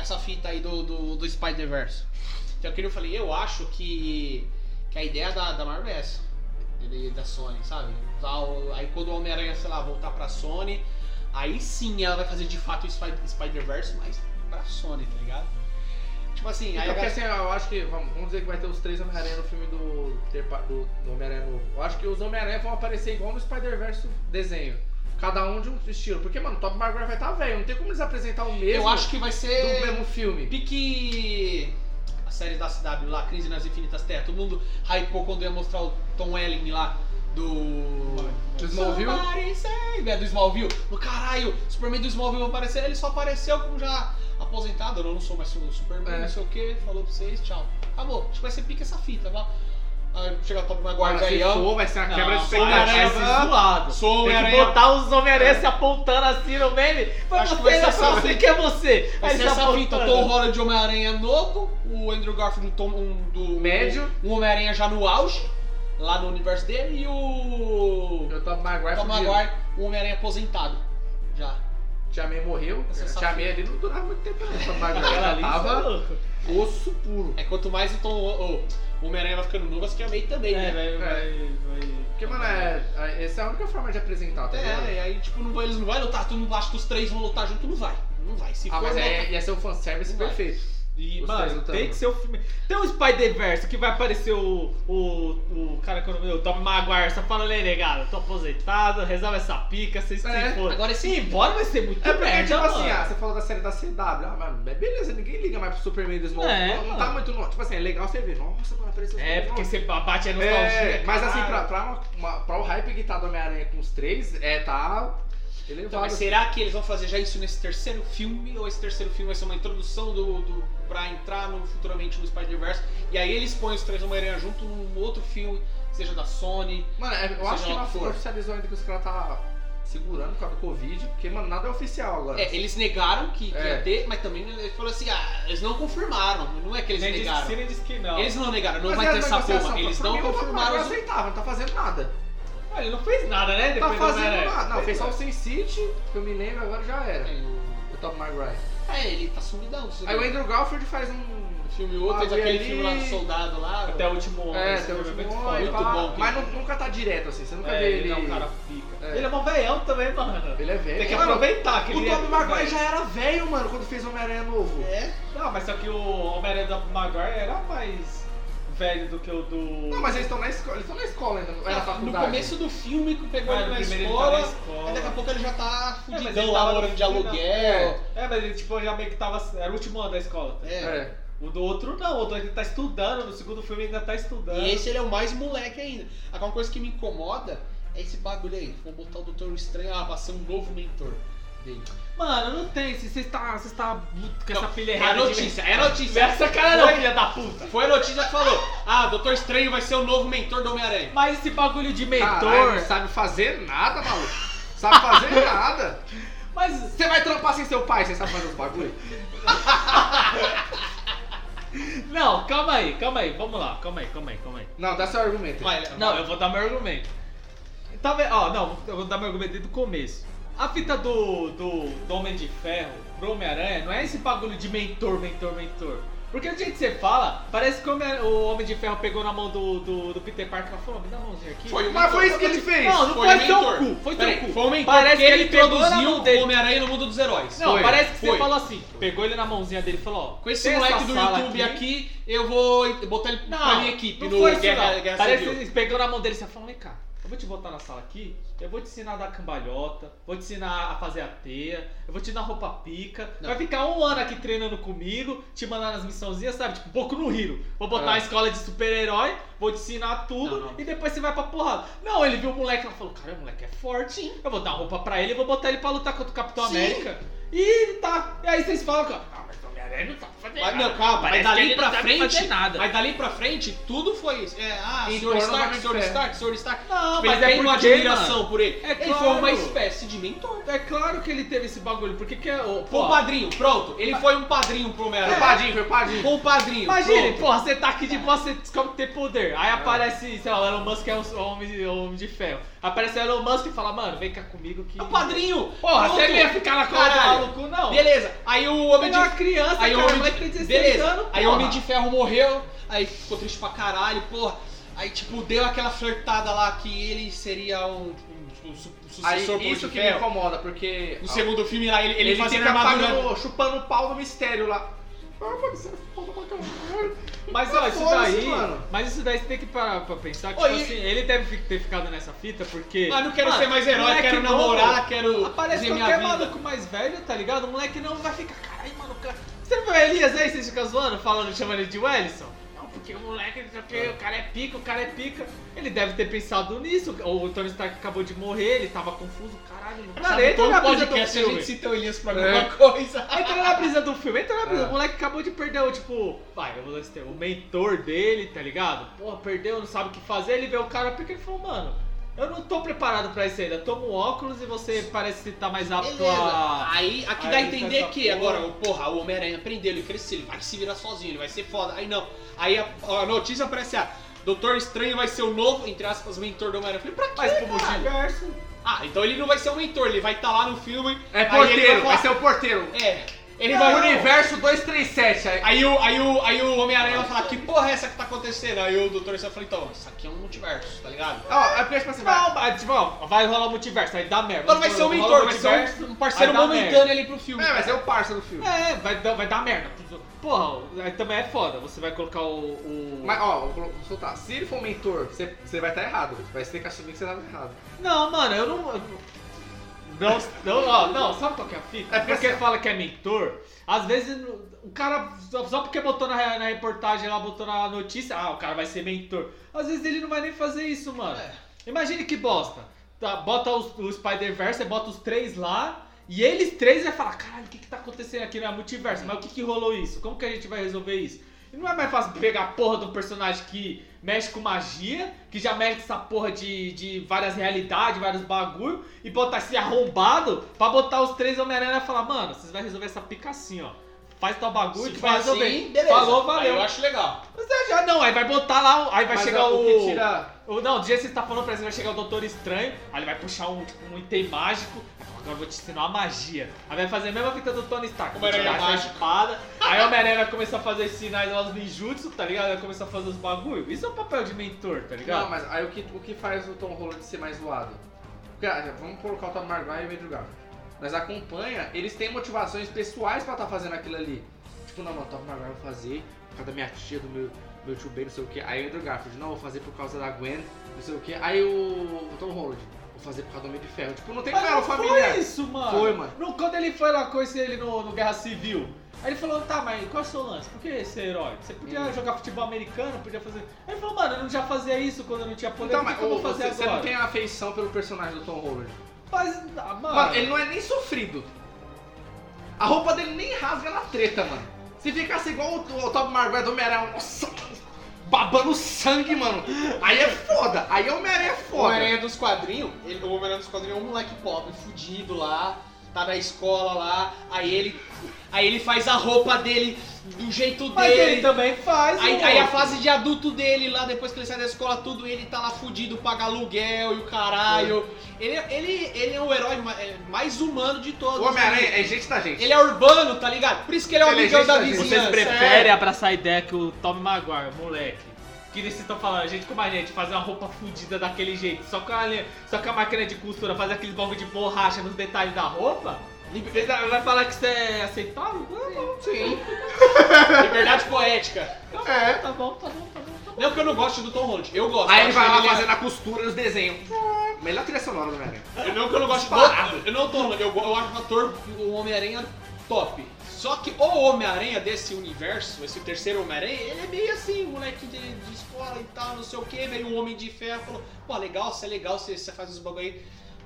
Speaker 4: essa fita aí do, do, do Spider-Verse. Então, que eu falei, eu acho que, que a ideia da, da Marvel é essa. Ele- Da Sony, sabe? Usar o- Aí quando o Homem-Aranha, sei lá, voltar pra Sony, aí sim ela vai fazer de fato o Spi- Spider-Verse, mas pra Sony, tá ligado? Tipo assim,
Speaker 1: Então,
Speaker 4: aí a
Speaker 1: porque
Speaker 4: galera-
Speaker 1: assim, eu acho que. Vamos vamos dizer que vai ter os três Homem-Aranha no filme do, Peter Pa- do, do Homem-Aranha novo. Eu acho que os Homem-Aranha vão aparecer igual no Spider-Verse desenho. Cada um de um estilo. Porque, mano, o Tobey Maguire vai estar velho. Não tem como eles apresentar o mesmo
Speaker 4: eu acho que vai ser.
Speaker 1: do mesmo filme.
Speaker 4: Pique a série da CW lá, Crise nas Infinitas Terras. Todo mundo hypou quando ia mostrar o Tom Welling lá do.
Speaker 1: Do Smallville?
Speaker 4: Somebody save- É, do Smallville. No caralho, o Superman do Smallville vai aparecer. Ele só apareceu como já aposentado. Eu não sou mais o Superman,
Speaker 1: É.
Speaker 4: não sei o que. Falou pra vocês, tchau. Acabou. Acho que vai ser pique essa fita. Vai. Aí chega o Top Maguire
Speaker 1: Mano, se
Speaker 4: velhão.
Speaker 1: for, vai ser uma
Speaker 4: Não,
Speaker 1: quebra de
Speaker 4: vai, vai
Speaker 1: expectativa.
Speaker 4: ser
Speaker 3: zoado.
Speaker 4: Sou
Speaker 3: Tem que
Speaker 4: Homem-Aranha.
Speaker 3: botar os Homem-Aranha se apontando assim no meme. Mas
Speaker 4: Acho que
Speaker 3: você,
Speaker 4: vai ser
Speaker 3: eu
Speaker 4: essa-
Speaker 3: sei que é você. Aí
Speaker 4: Vai
Speaker 3: ele
Speaker 4: ser
Speaker 3: tá
Speaker 4: essa fita, o
Speaker 3: apontando.
Speaker 4: Tom Holland de Homem-Aranha é novo, o Andrew Garfield um, tom- um do
Speaker 1: Médio.
Speaker 4: um Homem-Aranha já no auge, lá no universo dele, e o
Speaker 1: O Tobey Maguire
Speaker 4: Tom
Speaker 1: fudido.
Speaker 4: Maguire, um Homem-Aranha aposentado, já.
Speaker 1: Tia May morreu.
Speaker 4: Essa
Speaker 1: Tia
Speaker 4: safada.
Speaker 1: May ali não durava muito tempo, não. Tobey Maguire
Speaker 3: Aquela
Speaker 1: já
Speaker 3: ali, você é
Speaker 1: tava
Speaker 3: louco.
Speaker 1: osso puro.
Speaker 4: É quanto mais o Tom, o, o Homem-Aranha vai ficando novo, acho que a May também,
Speaker 3: É,
Speaker 4: né?
Speaker 3: vai, vai, vai.
Speaker 1: Porque, mano, é, é- essa é a única forma de apresentar, tá ligado?
Speaker 4: É, e aí tipo, não vai, eles não vão lutar, tu não acha que os três vão lutar junto, não vai, não vai, se
Speaker 1: Ah,
Speaker 4: for
Speaker 1: mas
Speaker 4: lutar-
Speaker 1: é, ia ser um fanservice
Speaker 4: Vai.
Speaker 1: perfeito.
Speaker 3: E,
Speaker 1: Os três
Speaker 3: mano,
Speaker 1: lutando.
Speaker 3: tem que ser o filme. Tem um Spider-Verse que vai aparecer o. O, o cara que eu não me lembro, o Tom Maguire, só falando aí, negado, tô aposentado, resolve essa pica, vocês se
Speaker 1: É,
Speaker 3: fodam.
Speaker 4: agora esse-
Speaker 3: Sim, embora vai ser muito
Speaker 1: É porque,
Speaker 3: merda,
Speaker 1: tipo
Speaker 3: mano.
Speaker 1: assim, ah, você falou da série da CW, ah, mano, mas beleza, ninguém liga mais pro Superman do Smallville. não,
Speaker 3: É,
Speaker 1: não
Speaker 3: mano.
Speaker 1: tá muito longe. Tipo assim, é legal você ver, nossa, mano, apareceu o
Speaker 3: É,
Speaker 1: Superman.
Speaker 3: porque você bate a nostalgia.
Speaker 1: É, mas assim, pra,
Speaker 3: caralho.
Speaker 1: pra, uma- uma- pra o hype que tá do Homem-Aranha com os três, é, tá
Speaker 4: Então,
Speaker 1: elevado.
Speaker 4: mas será que eles vão fazer já isso nesse terceiro filme? Ou esse terceiro filme vai ser uma introdução do, do, pra entrar no, futuramente no Spider-Verse? E aí eles põem os três Homem-Aranha junto num outro filme, seja da Sony.
Speaker 1: Mano, é- eu
Speaker 4: Seja
Speaker 1: acho que
Speaker 4: lá
Speaker 1: não
Speaker 4: o que for.
Speaker 1: oficializou ainda que os caras tá segurando por causa do Covid, porque, mano, nada é oficial agora.
Speaker 4: É, eles negaram que, que
Speaker 1: É.
Speaker 4: ia ter, mas também eles falaram assim, ah, eles não confirmaram. Não é que eles
Speaker 3: Nem disse que
Speaker 4: negaram.
Speaker 3: sim, nem disse que não.
Speaker 4: Eles não negaram, não
Speaker 1: Mas
Speaker 4: vai
Speaker 1: é
Speaker 4: ter essa
Speaker 1: negociação,
Speaker 4: porra.
Speaker 1: pra-
Speaker 4: Eles
Speaker 1: pra
Speaker 4: não
Speaker 1: mim,
Speaker 4: confirmaram
Speaker 1: Eu
Speaker 4: os. É,
Speaker 1: aceitava, não tá fazendo nada.
Speaker 3: Ah, Ele não fez nada, né? Depois
Speaker 1: tá
Speaker 3: do
Speaker 1: fazendo
Speaker 3: Homem-Aranha.
Speaker 1: nada. Não,
Speaker 3: Pois
Speaker 1: fez
Speaker 3: é.
Speaker 1: só o Sin City, que eu me lembro, agora já era. O Top Maguire.
Speaker 4: É, ele tá sumidão. você
Speaker 1: Aí
Speaker 4: vê.
Speaker 1: o Andrew Garfield faz um.
Speaker 4: Um filme outro,
Speaker 1: Ah,
Speaker 4: fez aquele
Speaker 1: ali-
Speaker 4: filme lá do soldado lá.
Speaker 3: Até o último homem.
Speaker 1: É,
Speaker 3: esse
Speaker 1: tem um
Speaker 3: filme
Speaker 1: filme
Speaker 3: muito
Speaker 1: bom,
Speaker 3: foda.
Speaker 1: e pá,
Speaker 4: bom,
Speaker 1: Mas
Speaker 4: cara.
Speaker 1: nu- nunca tá direto assim, você nunca
Speaker 3: É,
Speaker 1: vê ele.
Speaker 3: ele é um cara fica.
Speaker 1: É.
Speaker 3: Ele é mó velhão também, mano.
Speaker 1: Ele é velho.
Speaker 3: Tem que
Speaker 1: Mano,
Speaker 3: aproveitar que
Speaker 1: O
Speaker 3: ele
Speaker 1: Tobey
Speaker 3: é
Speaker 1: Maguire
Speaker 3: velho.
Speaker 1: já era velho, mano, quando fez Homem-Aranha novo.
Speaker 4: É.
Speaker 3: Não, mas só que o Homem-Aranha do Maguire era mais velho do que o do... Ah,
Speaker 1: Não, mas eles estão na escola, eles estão na escola ainda, não era
Speaker 4: Ah, no
Speaker 1: faculdade.
Speaker 4: começo do filme que pegou
Speaker 3: Ah,
Speaker 4: ele
Speaker 3: no
Speaker 4: na
Speaker 3: primeiro ele tá
Speaker 4: escola,
Speaker 3: na escola.
Speaker 4: aí daqui a pouco ele já tá
Speaker 3: Ah, mas ele
Speaker 4: fudidão
Speaker 3: tava
Speaker 4: lá
Speaker 3: no
Speaker 4: morando de
Speaker 3: final.
Speaker 4: aluguel.
Speaker 3: É, mas ele tipo, já meio que tava... Era o último ano da escola. tá?
Speaker 4: É.
Speaker 1: É.
Speaker 3: O do outro não, o outro ele tá estudando, no segundo filme ele ainda tá estudando.
Speaker 4: E esse ele é o mais moleque ainda. Agora, uma coisa que me incomoda é esse bagulho aí. Vou botar o Doutor Estranho lá pra ser um novo mentor dele.
Speaker 3: Mano, não tem, se você está, você está com essa
Speaker 4: Não,
Speaker 3: pilha
Speaker 4: é
Speaker 3: errada de-
Speaker 4: notícia, é notícia.
Speaker 3: Essa cara não,
Speaker 4: Foi-
Speaker 3: filha da puta.
Speaker 4: Foi a notícia que falou: Ah, Doutor Estranho vai ser o novo mentor do Homem-Aranha.
Speaker 3: Mas esse bagulho de mentor...
Speaker 1: Caralho, não sabe fazer nada, maluco. Sabe fazer nada.
Speaker 3: Mas
Speaker 1: Você vai trampar sem seu pai, você sabe fazer os bagulho?
Speaker 3: Não, calma aí, calma aí, vamos lá, calma aí, calma aí, calma aí.
Speaker 1: Não, dá seu argumento.
Speaker 4: Vai,
Speaker 3: Não, eu vou dar meu argumento. Tá vendo? Ó, não, eu vou dar meu argumento desde o começo. A fita do, do, do Homem de Ferro pro Homem-Aranha não é esse bagulho de mentor, mentor, mentor. Porque do jeito que você fala, parece que o Homem, o Homem de Ferro pegou na mão do, do, do Peter Parker e falou, "Ó, me dá a mãozinha aqui.
Speaker 4: Foi o
Speaker 1: Mas foi isso
Speaker 4: mentor.
Speaker 1: que ele fez.
Speaker 3: Não, não foi,
Speaker 4: o
Speaker 3: seu
Speaker 4: mentor.
Speaker 3: cu, foi
Speaker 4: Peraí,
Speaker 3: seu cu.
Speaker 4: Foi o mentor
Speaker 3: Parece
Speaker 4: que ele,
Speaker 3: pegou na
Speaker 4: introduziu
Speaker 3: mão dele.
Speaker 4: o Homem-Aranha no mundo dos heróis.
Speaker 3: Não,
Speaker 1: Foi,
Speaker 3: parece que você
Speaker 4: foi.
Speaker 3: falou assim, pegou ele na mãozinha dele e falou, ó,
Speaker 4: Com esse
Speaker 3: tem essa
Speaker 4: moleque do
Speaker 3: sala
Speaker 4: YouTube aqui, eu vou botar ele
Speaker 3: Não,
Speaker 4: na minha equipe,
Speaker 3: não
Speaker 4: no
Speaker 3: foi isso,
Speaker 4: Guerra,
Speaker 3: não.
Speaker 4: Guerra
Speaker 3: Parece que
Speaker 4: Civil.
Speaker 3: eles pegou na mão dele e você falou, vem cá, eu vou te botar na sala aqui, eu vou te ensinar a dar cambalhota, vou te ensinar a fazer a teia, eu vou te dar roupa pica,
Speaker 4: Não.
Speaker 3: vai ficar um ano aqui treinando comigo, te mandar nas missãozinhas, sabe? Tipo, Boku no Hiro. Vou botar
Speaker 1: Ah.
Speaker 3: a escola de super-herói, vou te ensinar tudo
Speaker 4: Não, não.
Speaker 3: e depois você vai pra porrada. Não, ele viu o moleque e falou, cara, o moleque é forte, hein? eu vou dar roupa pra ele, eu vou botar ele pra lutar contra o Capitão
Speaker 4: Sim.
Speaker 3: América. E tá, e aí vocês falam, cara, ah, mas o Homem-Aranha não tá fazendo
Speaker 4: Mas,
Speaker 3: nada.
Speaker 4: meu, calma, mas
Speaker 3: Parece que
Speaker 4: dali
Speaker 3: ele
Speaker 4: pra
Speaker 3: não sabe
Speaker 4: frente-
Speaker 3: fazer nada.
Speaker 4: Mas dali pra frente, tudo foi isso. É, ah,
Speaker 1: Em
Speaker 4: Sr.
Speaker 1: torno do
Speaker 4: Stark,
Speaker 1: Homem de
Speaker 4: Sr.
Speaker 1: Ferro.
Speaker 4: Stark, Sr. Stark.
Speaker 3: Não,
Speaker 4: Mas
Speaker 3: é
Speaker 4: tem uma
Speaker 3: porque,
Speaker 4: admiração
Speaker 3: mano,
Speaker 4: por ele.
Speaker 3: É
Speaker 4: ele
Speaker 3: claro.
Speaker 4: foi uma espécie de mentor.
Speaker 3: É claro que ele teve esse bagulho, porque que é. ô,
Speaker 4: Foi um
Speaker 3: Pô,
Speaker 4: padrinho, pronto. Ele foi um padrinho
Speaker 1: Foi
Speaker 3: É.
Speaker 4: pro
Speaker 1: o
Speaker 4: Homem-Aranha.
Speaker 1: Padinho, foi o Padinho.
Speaker 4: Foi um padrinho,
Speaker 3: imagine,
Speaker 4: pronto. É.
Speaker 3: porra, você tá aqui de boa, você descobre que tem poder. Aí aparece, sei lá, o Elon Musk é o homem, o homem de ferro. Aparece o Elon Musk e fala, mano, vem cá comigo que.
Speaker 4: É um padrinho.
Speaker 3: Porra,
Speaker 4: pronto.
Speaker 3: você é não ia ficar na cola do
Speaker 4: Caralho.
Speaker 3: maluco, não.
Speaker 4: Beleza, aí o Homem
Speaker 3: Ele
Speaker 4: de
Speaker 3: é uma criança,
Speaker 4: aí
Speaker 3: cara,
Speaker 4: o
Speaker 3: o
Speaker 4: Homem
Speaker 3: moleque
Speaker 4: de-
Speaker 3: tem 16
Speaker 4: Beleza.
Speaker 3: anos,
Speaker 4: Aí o
Speaker 3: porra.
Speaker 4: Homem de Ferro morreu, aí ficou triste pra caralho, porra. Aí, tipo, deu aquela flertada lá que ele seria um, um, tipo, um su-
Speaker 1: Aí,
Speaker 4: sucessor pro Homem
Speaker 1: isso
Speaker 4: de
Speaker 1: que me
Speaker 4: Ferro.
Speaker 1: incomoda, porque.
Speaker 4: No segundo filme lá, ele, ele,
Speaker 1: ele, ele
Speaker 4: fazia
Speaker 1: fica
Speaker 4: armadura.
Speaker 1: pagando, chupando o pau do mistério lá. Ah, mano, isso é foda pra caralho.
Speaker 3: Mas ó, isso
Speaker 1: Foda-se,
Speaker 3: daí.
Speaker 1: mano.
Speaker 3: Mas isso daí você tem que parar pra pensar que,
Speaker 4: Ô,
Speaker 3: tipo
Speaker 4: e-
Speaker 3: assim, ele deve fi- ter ficado nessa fita porque.
Speaker 4: Ah, não quero
Speaker 3: Mano,
Speaker 4: ser mais herói,
Speaker 3: moleque
Speaker 4: quero
Speaker 3: novo.
Speaker 4: namorar, quero.
Speaker 3: Aparece
Speaker 4: viver minha
Speaker 3: qualquer
Speaker 4: vida.
Speaker 3: maluco mais velho, tá ligado? O moleque não vai ficar, caralho, mano, cara. Você não viu o Elias aí, vocês ficam zoando, falando, chamando ele de Wellison? Não, porque o moleque, não sei o quê, o cara é pica, o cara é pica. Ele deve ter pensado nisso. O Tony Stark acabou de morrer, ele tava confuso, caralho. Não
Speaker 4: Sabe,
Speaker 3: Cara, entra
Speaker 4: todo
Speaker 3: na brisa é do
Speaker 4: um podcast a
Speaker 3: filme.
Speaker 4: gente cita o Elias pra
Speaker 1: É.
Speaker 4: alguma coisa.
Speaker 3: Entra na brisa do um filme, entra na brisa.
Speaker 4: Ah.
Speaker 1: É.
Speaker 3: O moleque acabou de perder o, tipo, vai, eu vou dizer, o mentor dele, tá ligado? Porra, perdeu, não sabe o que fazer. Ele vê o cara pica e falou, mano, eu não tô preparado pra isso ainda. Toma um óculos e você parece que tá mais apto a.
Speaker 4: Beleza. Aí aqui
Speaker 3: Aí
Speaker 4: dá a
Speaker 3: ele faz
Speaker 4: entender
Speaker 3: essa
Speaker 4: que
Speaker 3: porra.
Speaker 4: agora, porra, o Homem-Aranha aprendeu, ele cresceu, ele vai se virar sozinho, ele vai ser foda. Aí não. Aí a, a notícia aparece, ah, Doutor Estranho vai ser o novo, entre aspas, mentor do Homem-Aranha. Eu Falei, pra quê?
Speaker 3: Mas pro
Speaker 4: caralho?
Speaker 3: multiverso.
Speaker 4: Ah, então ele não vai ser o mentor, ele vai estar lá no filme.
Speaker 1: É
Speaker 4: aí ele
Speaker 1: porteiro,
Speaker 4: vai,
Speaker 1: vai ser o porteiro.
Speaker 4: falar- É. Ele
Speaker 1: Ele
Speaker 4: vai.
Speaker 1: vai universo 237. Aí,
Speaker 4: Aí o, aí o, aí o Homem-Aranha vai falar, que porra é essa que tá acontecendo? Aí o Doutor Estranho fala, então, isso aqui é um multiverso, tá ligado?
Speaker 1: ó, é porque tipo assim, vai.
Speaker 3: Não, mas tipo, ó, vai rolar o multiverso, aí dá merda.
Speaker 4: Agora vai ser um
Speaker 3: Rola
Speaker 4: mentor, vai ser
Speaker 3: multiverso,
Speaker 4: um- um parceiro
Speaker 3: vai dar
Speaker 4: momentâneo ali pro filme.
Speaker 1: É, vai ser o parça do filme.
Speaker 3: É, vai dar, vai dar merda. pros outros. Porra, aí também é foda. Você vai colocar o. o-
Speaker 1: Mas, ó, vou colo- vou soltar. Se ele for mentor, você você vai estar errado. Vai ter que assumir que você tava errado.
Speaker 3: Não, mano, eu não. eu Não, não, ó, não, sabe qual que é a fita?
Speaker 1: É
Speaker 3: É
Speaker 1: porque
Speaker 3: porque
Speaker 1: assim-
Speaker 3: fala que é mentor, às vezes o cara, só só porque botou na, na reportagem lá, botou na notícia, ah, o cara vai ser mentor. Às vezes ele não vai nem fazer isso, mano.
Speaker 4: É.
Speaker 3: Imagine que bosta. tá, bota os, o Spider-Verse, aí bota os três lá, e eles três vai falar, caralho, o que que tá acontecendo aqui na multiverso? Mas o que que rolou isso? Como que a gente vai resolver isso? E não é mais fácil pegar a porra de um personagem que mexe com magia, que já mexe com essa porra de, de várias realidades, vários bagulho, e botar esse arrombado pra botar os três Homem-Aranha e falar, mano, vocês vão resolver essa pica assim, ó. Faz tal bagulho
Speaker 4: Se
Speaker 3: que
Speaker 4: for
Speaker 3: vai resolver.
Speaker 4: assim, beleza.
Speaker 3: Falou,
Speaker 4: Aí
Speaker 3: valeu.
Speaker 4: eu acho legal.
Speaker 3: Mas é, já não, aí vai botar lá, o- aí vai
Speaker 1: Mas
Speaker 3: chegar
Speaker 1: o
Speaker 3: o.
Speaker 1: que tira-
Speaker 3: o- não, do jeito que você tá falando, parece que vai chegar o Doutor Estranho, aí ele vai puxar um, tipo, um item mágico, aí fala, agora eu vou te ensinar a magia. Aí vai fazer a mesma fita do Tony Stark, vai
Speaker 4: Homem-Aranha
Speaker 3: tirar essa
Speaker 4: mágico.
Speaker 3: espada, aí o Homem-Aranha vai começar a fazer os sinais lá dos ninjutsu, tá ligado? Vai começar a fazer os bagulho. Isso é um papel de mentor, tá
Speaker 1: Não,
Speaker 3: ligado?
Speaker 1: mas aí o que, o que faz o Tom Holland ser mais zoado? Porque, ah, vamos colocar o Tom Maguire e o Andrew Garfield. Mas acompanha, eles têm motivações pessoais pra estar fazendo aquilo ali. Tipo, não, mano, o Tom Maguire eu vou fazer por causa da minha tia, do meu, meu tio Ben, não sei o que. Aí o Andrew Garfield, não, eu vou fazer por causa da Gwen, não sei o que. Aí o, o Tom Holland, vou fazer por causa do Homem de Ferro. Tipo, não tem cara
Speaker 3: não
Speaker 1: familiar.
Speaker 3: foi isso, mano.
Speaker 1: Foi, mano.
Speaker 3: Não, quando ele foi lá conhecer ele no, no Guerra Civil, aí ele falou, tá, mas qual é o seu lance? Por que esse herói? Você podia
Speaker 1: Hum.
Speaker 3: jogar futebol americano, podia fazer... Aí ele falou, mano, eu não já fazia isso quando eu não tinha poder,
Speaker 1: Então,
Speaker 3: por
Speaker 1: mas
Speaker 3: que que eu
Speaker 1: ô,
Speaker 3: vou fazer
Speaker 1: você, você
Speaker 3: agora?
Speaker 1: não tem afeição pelo personagem do Tom Holland.
Speaker 3: Mas, ah, mano...
Speaker 1: Mano, ele não é nem sofrido. A roupa dele nem rasga na treta, mano. Se ficasse igual o, o Top Maguire do Homem-Aranha, nossa, babando sangue, mano. Aí é foda, aí o Homem-Aranha é
Speaker 4: O
Speaker 1: foda.
Speaker 4: Homem-Aranha dos quadrinhos, ele, o Homem-Aranha dos quadrinhos é um moleque pobre, fudido lá, tá na escola lá, aí ele, aí ele faz a roupa dele do jeito
Speaker 3: Mas
Speaker 4: dele.
Speaker 3: ele também faz,
Speaker 4: Aí,
Speaker 3: mano.
Speaker 4: aí a fase de adulto dele lá, depois que ele sai da escola, tudo, ele tá lá fudido, paga aluguel e o caralho. Ele, ele, ele é o herói ma- é, mais humano de todos.
Speaker 1: O Homem-Aranha é gente da gente.
Speaker 4: Ele é urbano, tá ligado? Por isso que ele é o
Speaker 1: Ele é
Speaker 4: amigão
Speaker 1: gente
Speaker 4: da
Speaker 1: da gente.
Speaker 4: vizinhança.
Speaker 3: Vocês
Speaker 4: é.
Speaker 3: preferem abraçar a ideia que o Tom Maguire, moleque. Que eles estão falando, gente, como a gente fazer uma roupa fudida daquele jeito, só com a, só com a máquina de costura, fazer aqueles bagulho de borracha nos detalhes da roupa? Vocês vai falar que isso é aceitável? Não,
Speaker 1: Sim.
Speaker 4: É. Liberdade poética.
Speaker 1: É.
Speaker 3: Tá bom, tá bom, tá bom, tá bom.
Speaker 4: Não que eu não gosto do Tom Holland, eu gosto.
Speaker 1: Aí
Speaker 4: Eu
Speaker 1: ele
Speaker 4: acho
Speaker 1: vai lá
Speaker 4: é-
Speaker 1: fazendo a costura os desenhos. É. Melhor trilha sonora do Homem-Aranha.
Speaker 4: Eu não que eu não gosto
Speaker 1: Disparado.
Speaker 4: do. Eu não tô falando, eu, eu acho o ator o Homem-Aranha top. Só que o Homem-Aranha desse universo, esse terceiro Homem-Aranha, ele é meio assim, moleque de, de escola e tal, não sei o que, veio um homem de ferro, falou, pô, legal, você é legal, você, você faz os bagulho aí,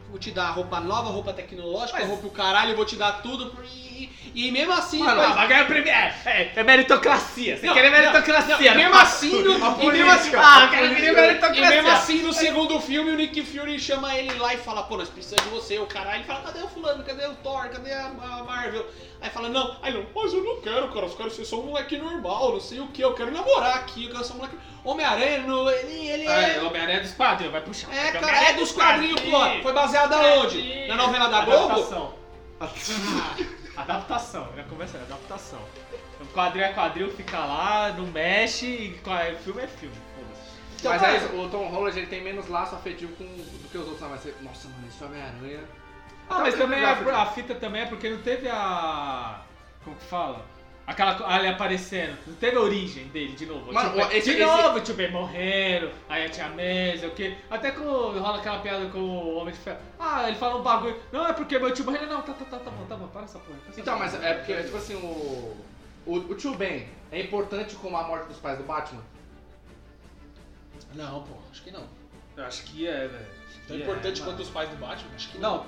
Speaker 4: vou te dar roupa nova, roupa tecnológica, roupa o caralho, eu vou te dar tudo, e, e, e mesmo assim...
Speaker 1: Mano,
Speaker 4: faz-
Speaker 3: Ah, mas ganha primeiro. É, é meritocracia. Você
Speaker 4: Não,
Speaker 3: quer é
Speaker 4: não,
Speaker 3: meritocracia.
Speaker 4: não, mesmo
Speaker 3: passa
Speaker 4: assim,
Speaker 3: tudo.
Speaker 4: no-
Speaker 1: A
Speaker 4: e mesmo assim,
Speaker 1: política,
Speaker 4: ah,
Speaker 1: a
Speaker 4: cara,
Speaker 1: política.
Speaker 4: e mesmo-
Speaker 3: Meritocracia.
Speaker 4: e mesmo assim, no segundo filme, o Nick Fury chama ele lá e fala, pô, nós precisamos de você, o caralho. Ele fala, cadê o fulano, cadê o Thor, cadê a, a Marvel? Aí fala, não, aí ele, mas eu não quero, cara, eu quero ser só um moleque normal, não sei o que, eu quero namorar aqui, eu quero ser um moleque... Homem-Aranha, no- ele, ele
Speaker 3: É,
Speaker 4: é...
Speaker 3: o Homem-Aranha dos quadrinhos, vai puxar.
Speaker 4: É,
Speaker 3: Homem-Aranha
Speaker 4: cara, é dos quadrinhos, pô. Foi baseado aonde? Na novela da Globo?
Speaker 3: É Adaptação. Adaptação, já começa, adaptação. O quadril é quadril, fica lá, não mexe, e qua- filme é filme. foda-se. é
Speaker 4: Então,
Speaker 1: Mas
Speaker 4: cara,
Speaker 1: aí o Tom Holland ele tem menos laço afetivo com, do que os outros. né? Mas você, nossa, mano, esse Homem-Aranha. então Tá
Speaker 3: Ah, mas também a, a fita também é porque não teve a. Como que fala? Aquela co- ali aparecendo, não teve a origem dele de novo.
Speaker 1: Mano,
Speaker 3: Tipo,
Speaker 1: esse-
Speaker 3: de
Speaker 1: esse-
Speaker 3: novo, o tio Ben morrendo, aí a tia Mesa, o quê? Até que rola aquela piada com o Homem de Ferro. Ah, ele fala um bagulho. Não, é porque meu tio morreu. Não, tá, tá, tá, tá bom, tá bom, para essa porra. para essa
Speaker 1: Então,
Speaker 3: porra.
Speaker 1: mas é porque, tipo assim, o. O, o tio Ben é importante como a morte dos pais do Batman?
Speaker 4: Não, pô, acho que não.
Speaker 3: Eu acho que é, velho. Acho que
Speaker 4: Tão
Speaker 3: é,
Speaker 4: importante
Speaker 3: mano.
Speaker 4: quanto os pais do Batman? Acho que não.
Speaker 3: Não,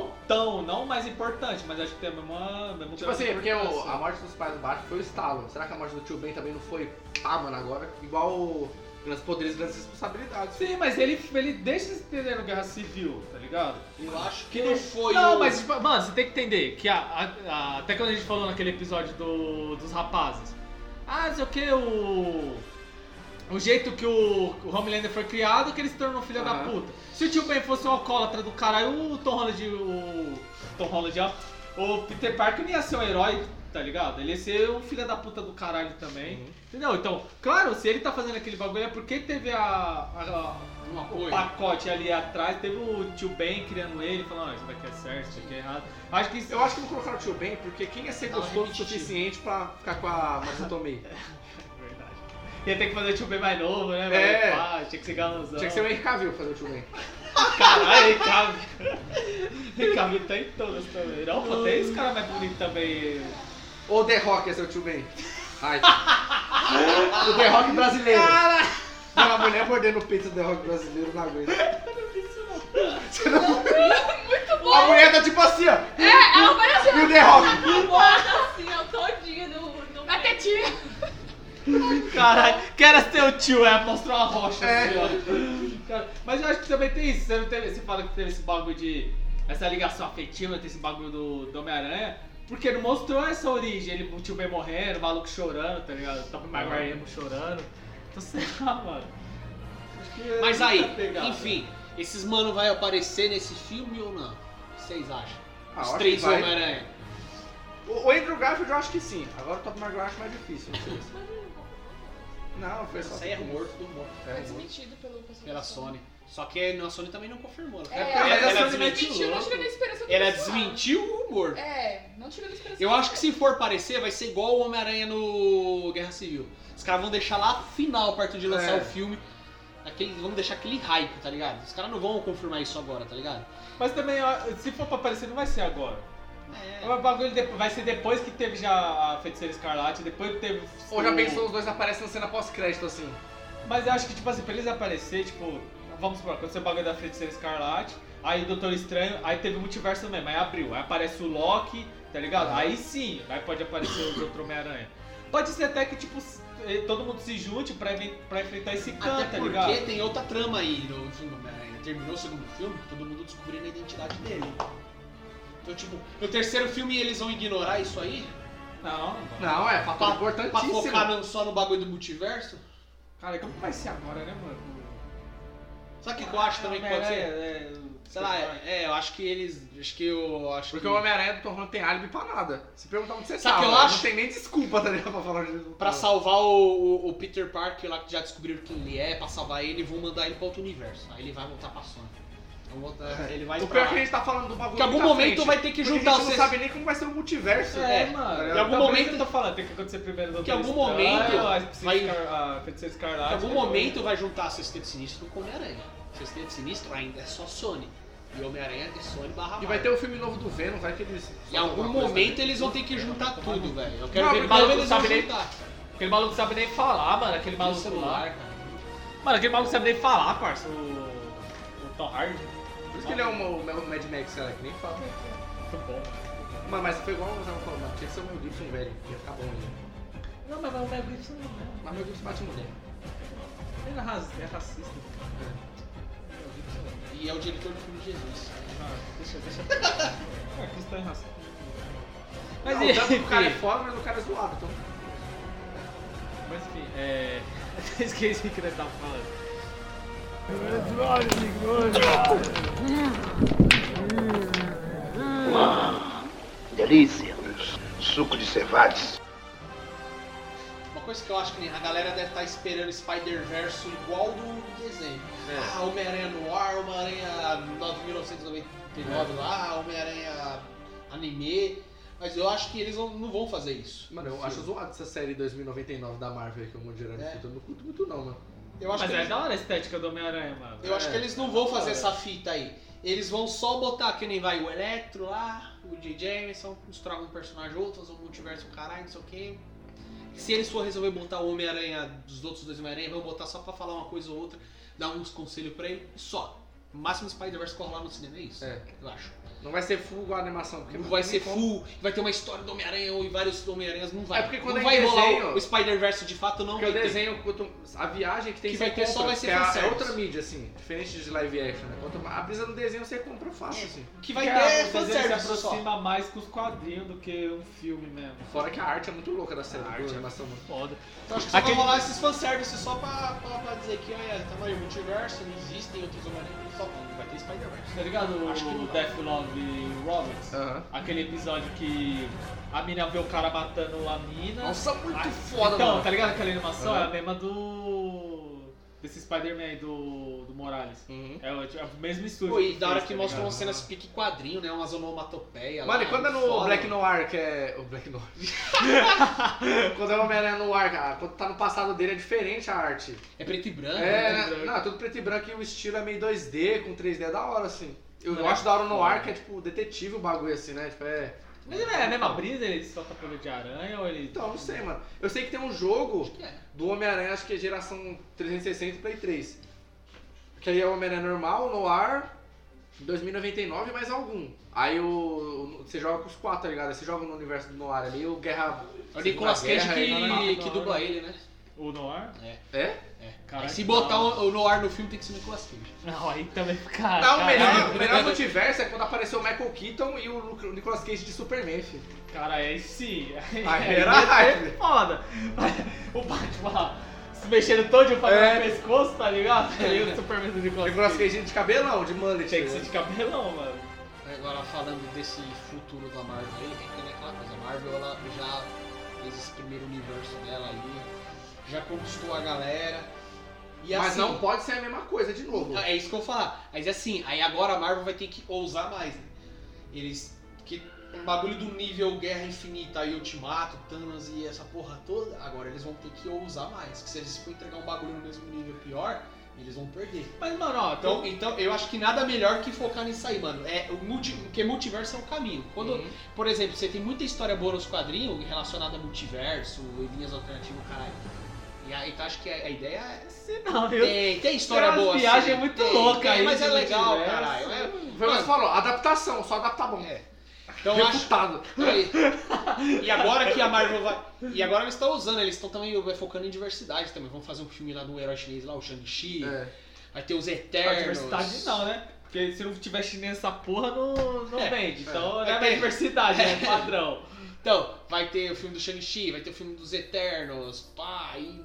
Speaker 3: não tão, não mais importante, mas acho que tem a mesma. mesma
Speaker 1: Tipo assim, porque o- a morte dos pais do Batman foi o estalo. Será que a morte do tio Ben também não foi pá, mano, agora? Igual o grandes poderes, grandes responsabilidades.
Speaker 3: Sim, mas ele, ele deixa de se entender no Guerra Civil, tá ligado?
Speaker 4: Eu acho que não foi
Speaker 3: Não,
Speaker 4: o-
Speaker 3: mas, tipo, mano, você tem que entender que a, a- a- até quando a gente falou naquele episódio do, dos rapazes, ah, não sei o que, o. O jeito que o, o Homelander foi criado, que ele se tornou um filho da
Speaker 1: Aham.
Speaker 3: puta. Se o tio Ben fosse um alcoólatra do caralho, o Tom Holland. O Tom Holland, ó. O Peter Parker não ia ser um herói, tá ligado? Ele ia ser um filho da puta do caralho também.
Speaker 4: Uhum.
Speaker 3: Entendeu? Então, claro, se ele tá fazendo aquele bagulho é porque teve a- a, a
Speaker 4: Um
Speaker 3: o
Speaker 4: apoio.
Speaker 3: pacote ali atrás, teve o tio Ben criando ele, falando, "Ó, isso daqui é certo, isso daqui é errado. Acho que isso...
Speaker 1: Eu acho que não colocaram o tio Ben porque quem ia ser
Speaker 4: Tava
Speaker 1: gostoso o
Speaker 4: repetitivo.
Speaker 1: suficiente pra ficar com a Marisa Tomei?
Speaker 3: Verdade. Ia ter que fazer o tio Ben mais novo, né?
Speaker 1: É.
Speaker 3: Mas, pá, tinha que ser galãozão.
Speaker 1: Tinha que ser o Henry Cavill fazer o tio Ben.
Speaker 3: Caralho, Ricardo. Ricardo tá em todas também. Não, pô, tem esse cara mais bonito também.
Speaker 1: Ou The Rock ia ser o tio Ben. Ai. o The Rock brasileiro. Cara! Uma mulher mordendo o peito do The Rock brasileiro na aguenta. aparecendo.
Speaker 6: Muito bom.
Speaker 1: A mulher tá tipo assim, ó.
Speaker 6: É, ela parece
Speaker 1: E o The Rock.
Speaker 6: Bota assim, ó, todinha no... no Na tetinha.
Speaker 3: Caralho, quero ser o tio, é, mostrou uma rocha assim, ó. Cara, Mas eu acho que também tem isso, você, não teve, você fala que teve esse bagulho de. essa ligação afetiva, tem esse bagulho do, do Homem-Aranha, porque não mostrou essa origem, ele, o tio Ben morrendo, o maluco chorando, tá ligado? O Top Maguire chorando. Então sei lá, mano. Acho que
Speaker 4: Mas
Speaker 3: é
Speaker 4: aí,
Speaker 1: Tá
Speaker 3: essa pegada.
Speaker 4: enfim, esses mano vai aparecer nesse filme ou não? O que vocês acham?
Speaker 1: Ah,
Speaker 4: Os
Speaker 1: acho
Speaker 4: três
Speaker 1: que vai.
Speaker 4: Homem-Aranha.
Speaker 1: O o Andrew Garfield eu acho que sim. Agora o Top Maguire eu acho mais difícil. não sei se- Não, foi só.
Speaker 4: Isso aí é rumor, tudo rumor.
Speaker 6: Foi
Speaker 1: É,
Speaker 6: desmentido pelo pessoal.
Speaker 4: Pela
Speaker 6: da
Speaker 4: Sony. Só que a Sony também não confirmou. né?
Speaker 6: É,
Speaker 1: Ah, mas a
Speaker 4: ela
Speaker 1: Sony
Speaker 4: desmentiu.
Speaker 6: Desmentiu, não tirou da esperança do
Speaker 4: Ela
Speaker 6: pessoal.
Speaker 4: desmentiu o rumor.
Speaker 6: É, não tirou da esperança
Speaker 4: é Eu
Speaker 6: do
Speaker 4: acho que se for parecer, vai ser igual o Homem-Aranha no Guerra Civil. Os caras vão deixar lá final, perto de lançar
Speaker 1: É.
Speaker 4: o filme. Aquele, vamos deixar aquele hype, tá ligado? Os caras não vão confirmar isso agora, tá ligado?
Speaker 3: Mas também, ó, se for pra aparecer, não vai ser agora.
Speaker 1: É.
Speaker 3: O bagulho de- vai ser depois que teve já a Feiticeira Escarlate, depois que teve.
Speaker 1: Ou já
Speaker 3: o-
Speaker 1: pensou os dois aparecem na cena pós-crédito assim?
Speaker 3: Mas eu acho que, tipo assim, pra eles aparecer, tipo, vamos supor, aconteceu o bagulho da Feiticeira Escarlate, aí o Doutor Estranho, aí teve o multiverso mesmo, aí abriu, aí aparece o Loki, tá ligado? Aí sim, aí pode aparecer o Doutor Homem-Aranha. Pode ser até que, tipo, s- eh, todo mundo se junte pra, even- pra enfrentar esse
Speaker 4: Até
Speaker 3: canto, tá
Speaker 4: porque
Speaker 3: ligado?
Speaker 4: tem outra trama aí no filme do Homem-Aranha. Terminou o segundo filme, todo mundo descobrindo a identidade dele. Então, tipo, no terceiro filme eles vão ignorar isso aí?
Speaker 3: Não, mano.
Speaker 1: Não, é fator
Speaker 4: Pra, pra
Speaker 1: importantíssimo.
Speaker 4: focar não só no bagulho do multiverso?
Speaker 3: Cara, como vai ser agora, né, mano?
Speaker 4: Sabe o que eu acho também que pode ser?
Speaker 3: É,
Speaker 4: Sei lá, é, eu acho que eles. Acho que eu. Acho
Speaker 1: Porque
Speaker 4: que...
Speaker 1: o Homem-Aranha do Tom Holland tem álibi pra nada. Se perguntar onde você
Speaker 4: Sabe o que
Speaker 1: tava,
Speaker 4: eu acho?
Speaker 1: não tem nem desculpa, tá ligado? Pra falar de...
Speaker 4: Pra salvar o, o- o Peter Parker lá que já descobriram quem ele é, pra salvar ele, vão mandar ele pra outro universo. Aí ele vai voltar pra Sony. Então, volta- ele vai
Speaker 1: O pior
Speaker 4: pra
Speaker 1: é
Speaker 4: lá.
Speaker 1: que a gente tá falando do bagulho
Speaker 4: Porque em algum
Speaker 1: muito à
Speaker 4: momento
Speaker 1: frente,
Speaker 4: vai ter que
Speaker 1: porque
Speaker 4: juntar
Speaker 1: a gente
Speaker 4: os
Speaker 1: não
Speaker 4: seis-
Speaker 1: sabe nem como vai ser o multiverso.
Speaker 3: É,
Speaker 4: É,
Speaker 3: mano.
Speaker 1: em
Speaker 3: Tá
Speaker 4: algum
Speaker 3: por isso
Speaker 4: momento-
Speaker 3: que eu tô falando, tem que acontecer primeiro do
Speaker 4: Que em algum
Speaker 3: Doutor
Speaker 4: momento
Speaker 3: Estranho, a Feiticeira
Speaker 4: vai-
Speaker 3: Escar- a Feiticeira
Speaker 4: Em
Speaker 3: Escarlate. tá
Speaker 4: algum
Speaker 3: depois.
Speaker 4: momento vai juntar Sexteto Sinistro com Homem-Aranha. Sexteto Sinistro ainda é só Sony. E Homem-Aranha é Sony barra
Speaker 1: E vai ter
Speaker 4: Marvel.
Speaker 1: o filme novo do Venom, vai que eles...
Speaker 4: Em algum
Speaker 1: né?
Speaker 4: momento eles vão ter que juntar tudo, velho. Eu quero
Speaker 1: Não,
Speaker 4: ver né?
Speaker 1: porque
Speaker 4: quando
Speaker 3: eu
Speaker 4: eles vão
Speaker 3: saberei-
Speaker 4: juntar.
Speaker 3: Aquele maluco não sabe nem falar, mano. Aquele
Speaker 4: No
Speaker 3: maluco
Speaker 4: celular,
Speaker 3: celular.
Speaker 4: cara.
Speaker 3: Mano, aquele maluco não sabe nem falar, parça. O, o Tom Hardy.
Speaker 1: Por isso que ele é o, o Mad Max, cara, que nem fala.
Speaker 3: Muito bom.
Speaker 1: Mano, mas foi igual eu tava falando, tinha que ser o Mel Gibson, velho. Ia ficar bom, né?
Speaker 3: Não, mas o Mel Gibson não é.
Speaker 1: Mas o Mel Gibson bate mulher.
Speaker 3: Ele é ras- é racista. Mel Gibson não.
Speaker 4: E é o diretor do filme de Jesus.
Speaker 3: Ah, deixa, deixa. Ah, cristão é racista. Mas
Speaker 1: Não,
Speaker 3: e-
Speaker 1: tanto que o cara é
Speaker 3: enfim.
Speaker 1: foda, mas o cara é zoado, então...
Speaker 3: Mas enfim, é. Até esqueci o que nós tava falando.
Speaker 5: Delícia. Suco de cevades.
Speaker 4: Uma coisa que eu acho que nem a galera deve estar esperando Spider-Verse igual do desenho.
Speaker 1: É.
Speaker 4: Ah, Homem-Aranha no ar, Homem-Aranha 1999 lá, Homem-Aranha anime. Mas eu acho que eles não, não vão fazer isso.
Speaker 1: Mano, eu
Speaker 4: Sim.
Speaker 1: acho zoado essa série 2099 da Marvel aí que o mundo gerando
Speaker 4: É.
Speaker 1: é. Eu não curto muito não, mano.
Speaker 4: Eu acho
Speaker 3: Mas
Speaker 4: que
Speaker 3: é
Speaker 4: eles,
Speaker 3: da hora a estética do Homem-Aranha, mano.
Speaker 4: eu acho que eles não vão fazer essa fita aí. Eles vão só botar que nem vai o Electro lá, o J. Jameson, misturar um personagem ou outro, fazer um multiverso, caralho, não sei o quê. Se eles for resolver botar o Homem-Aranha dos outros dois Homem-Aranha, vão botar só pra falar uma coisa ou outra, dar uns conselhos pra ele, e só. O máximo Spider-Verse corre lá no cinema, é isso?
Speaker 1: É.
Speaker 4: Eu acho.
Speaker 1: Não vai ser full igual a animação. Porque
Speaker 4: Não vai
Speaker 1: tem
Speaker 4: ser
Speaker 1: como.
Speaker 4: full, vai ter uma história do Homem-Aranha ou e vários Homem-Aranhas, não vai.
Speaker 1: É porque quando
Speaker 4: não
Speaker 1: é em
Speaker 4: vai rolar
Speaker 1: desenho-
Speaker 4: o- o Spider-Verse de fato, não
Speaker 1: Porque
Speaker 4: vai
Speaker 1: é o
Speaker 4: ter.
Speaker 1: desenho, quanto- a viagem que tem
Speaker 4: Que
Speaker 1: você
Speaker 4: vai ter só
Speaker 1: compra,
Speaker 4: vai ser
Speaker 1: que é, a- é
Speaker 4: fanservice.
Speaker 1: outra mídia, assim, diferente de live action. Né? Quanto- a brisa no desenho você compra fácil, assim.
Speaker 4: Que vai
Speaker 3: Cara,
Speaker 4: ter
Speaker 3: o desenho se
Speaker 4: fanservice só.
Speaker 3: aproxima mais com os quadrinhos do que um filme mesmo.
Speaker 1: Fora que a arte é muito louca da série, né?
Speaker 3: A
Speaker 1: da
Speaker 3: arte é
Speaker 1: animação. mano.
Speaker 3: Foda.
Speaker 4: Então acho que só
Speaker 3: Aquele-
Speaker 4: vai rolar esses fanservices só pra, pra, pra dizer que, olha, tamo aí, multiverso, não existem outros Homem-Aranha, só vai ter Spider-Verse.
Speaker 3: Tá ligado?
Speaker 4: Acho que
Speaker 3: o
Speaker 4: não.
Speaker 3: Death Love Roberts.
Speaker 1: Aham.
Speaker 3: Aquele episódio que a mina vê o cara matando a mina.
Speaker 1: Nossa, é muito
Speaker 3: Ah,
Speaker 1: foda,
Speaker 3: Então,
Speaker 1: mano.
Speaker 3: tá ligado aquela animação?
Speaker 1: Aham.
Speaker 3: É a mesma do. desse Spider-Man aí do, do Morales.
Speaker 1: Uhum.
Speaker 3: É o, é o mesmo estúdio.
Speaker 4: Pô, e
Speaker 3: que
Speaker 4: da hora
Speaker 3: fez,
Speaker 4: que
Speaker 3: tá
Speaker 4: mostram
Speaker 3: ligado?
Speaker 4: umas cenas pique quadrinho, né, umas onomatopeias.
Speaker 1: Mano,
Speaker 4: lá,
Speaker 1: e quando é no
Speaker 4: foda.
Speaker 1: Black Noir, que é. O Black Noir. quando é o Homem-Aranha Noir, cara, quando tá no passado dele é diferente a arte.
Speaker 4: É preto e branco,
Speaker 1: É,
Speaker 4: né?
Speaker 1: né? não, é tudo preto e branco e o estilo é meio 2D com 3D, é da hora, assim. Eu, eu
Speaker 3: É.
Speaker 1: acho da hora no ar que é tipo detetive o bagulho, assim, né? Tipo, é.
Speaker 3: Mas não é a mesma brisa? Ele solta pelo de aranha ou ele.
Speaker 1: Então, não sei, mano. Eu sei que tem um jogo
Speaker 4: Acho que é.
Speaker 1: do Homem-Aranha, acho que é geração 360 e Play 3. Que aí é o Homem-Aranha normal, no ar, 2099 mais algum. Aí o. Você joga com os quatro, tá ligado? Aí Você joga no universo do Noir ali, o Guerra.
Speaker 4: É o Nicolas
Speaker 1: Segunda
Speaker 4: Cage
Speaker 1: Guerra, aí não-
Speaker 4: que, que dubla ele, né?
Speaker 3: O Noir?
Speaker 1: É?
Speaker 4: Aí
Speaker 3: Caralho,
Speaker 4: se
Speaker 3: que
Speaker 4: botar
Speaker 3: da hora.
Speaker 4: o, o Noir no filme tem que ser o Nicolas Cage.
Speaker 3: Não, aí também
Speaker 4: Ah,
Speaker 3: fica.
Speaker 1: Não,
Speaker 4: tá.
Speaker 1: o melhor,
Speaker 3: caralho.
Speaker 1: o melhor multiverso é quando apareceu o Michael Keaton e o Lu- o Nicolas Cage de Superman, filho.
Speaker 3: Cara, aí sim. Aí,
Speaker 1: Aí era
Speaker 3: aí
Speaker 1: hype.
Speaker 3: é foda. O Batman lá, se mexendo todo pra
Speaker 1: É. assim,
Speaker 3: é. pescoço, tá ligado? Aí o Superman do
Speaker 1: O
Speaker 3: Nicolas
Speaker 1: Nicolas
Speaker 3: Cage.
Speaker 1: Cage de cabelão, de mullet.
Speaker 3: Tem que ser
Speaker 1: né?
Speaker 3: de cabelão, mano.
Speaker 4: Agora falando desse futuro da Marvel, ele tem que ter né, aquela coisa. A Marvel ela já fez esse primeiro universo dela aí, já conquistou a galera. E
Speaker 1: Mas
Speaker 4: assim,
Speaker 1: não pode ser a mesma coisa de novo.
Speaker 4: É isso que eu vou falar. Mas assim, aí agora a Marvel vai ter que ousar mais, né? Eles. Que um bagulho do nível Guerra Infinita aí, Ultimato, Thanos e essa porra toda, agora eles vão ter que ousar mais. Que se eles for entregar um bagulho no mesmo nível pior, eles vão perder.
Speaker 3: Mas, mano, ó, então.
Speaker 4: Então, então eu acho que nada melhor que focar nisso aí, mano. É, o multi, porque multiverso é o caminho. Quando,
Speaker 1: Uhum.
Speaker 4: por exemplo, você tem muita história boa nos quadrinhos relacionada a multiverso, e linhas alternativas, caralho. E aí, então acho que a, a ideia é.
Speaker 3: Se não, eu.
Speaker 4: Tem, tem história
Speaker 3: Tem umas
Speaker 4: boa.
Speaker 3: viagens
Speaker 4: assim,
Speaker 3: muito
Speaker 4: tem,
Speaker 3: louca
Speaker 4: tem,
Speaker 3: aí
Speaker 4: Mas é
Speaker 3: de
Speaker 4: legal,
Speaker 3: multiverso.
Speaker 4: caralho. é-
Speaker 1: Foi o que você falou, adaptação, só adaptar bom.
Speaker 4: É. Então eu acho.
Speaker 1: Reputado.
Speaker 4: E agora que a Marvel vai. E agora eles estão usando, eles estão também vai focando em diversidade também. Vão fazer um filme lá do herói chinês lá, o Shang-Chi.
Speaker 1: É.
Speaker 4: Vai ter os
Speaker 3: A
Speaker 4: Eternos.
Speaker 3: diversidade não, né? Porque se não tiver chinês essa porra, não, não
Speaker 4: É.
Speaker 3: vende. Então
Speaker 4: É.
Speaker 3: é,
Speaker 4: Tem-
Speaker 3: mais diversidade, é
Speaker 4: É.
Speaker 3: padrão.
Speaker 4: Então, vai ter o filme do Shang-Chi, vai ter o filme dos Eternos, pá, aí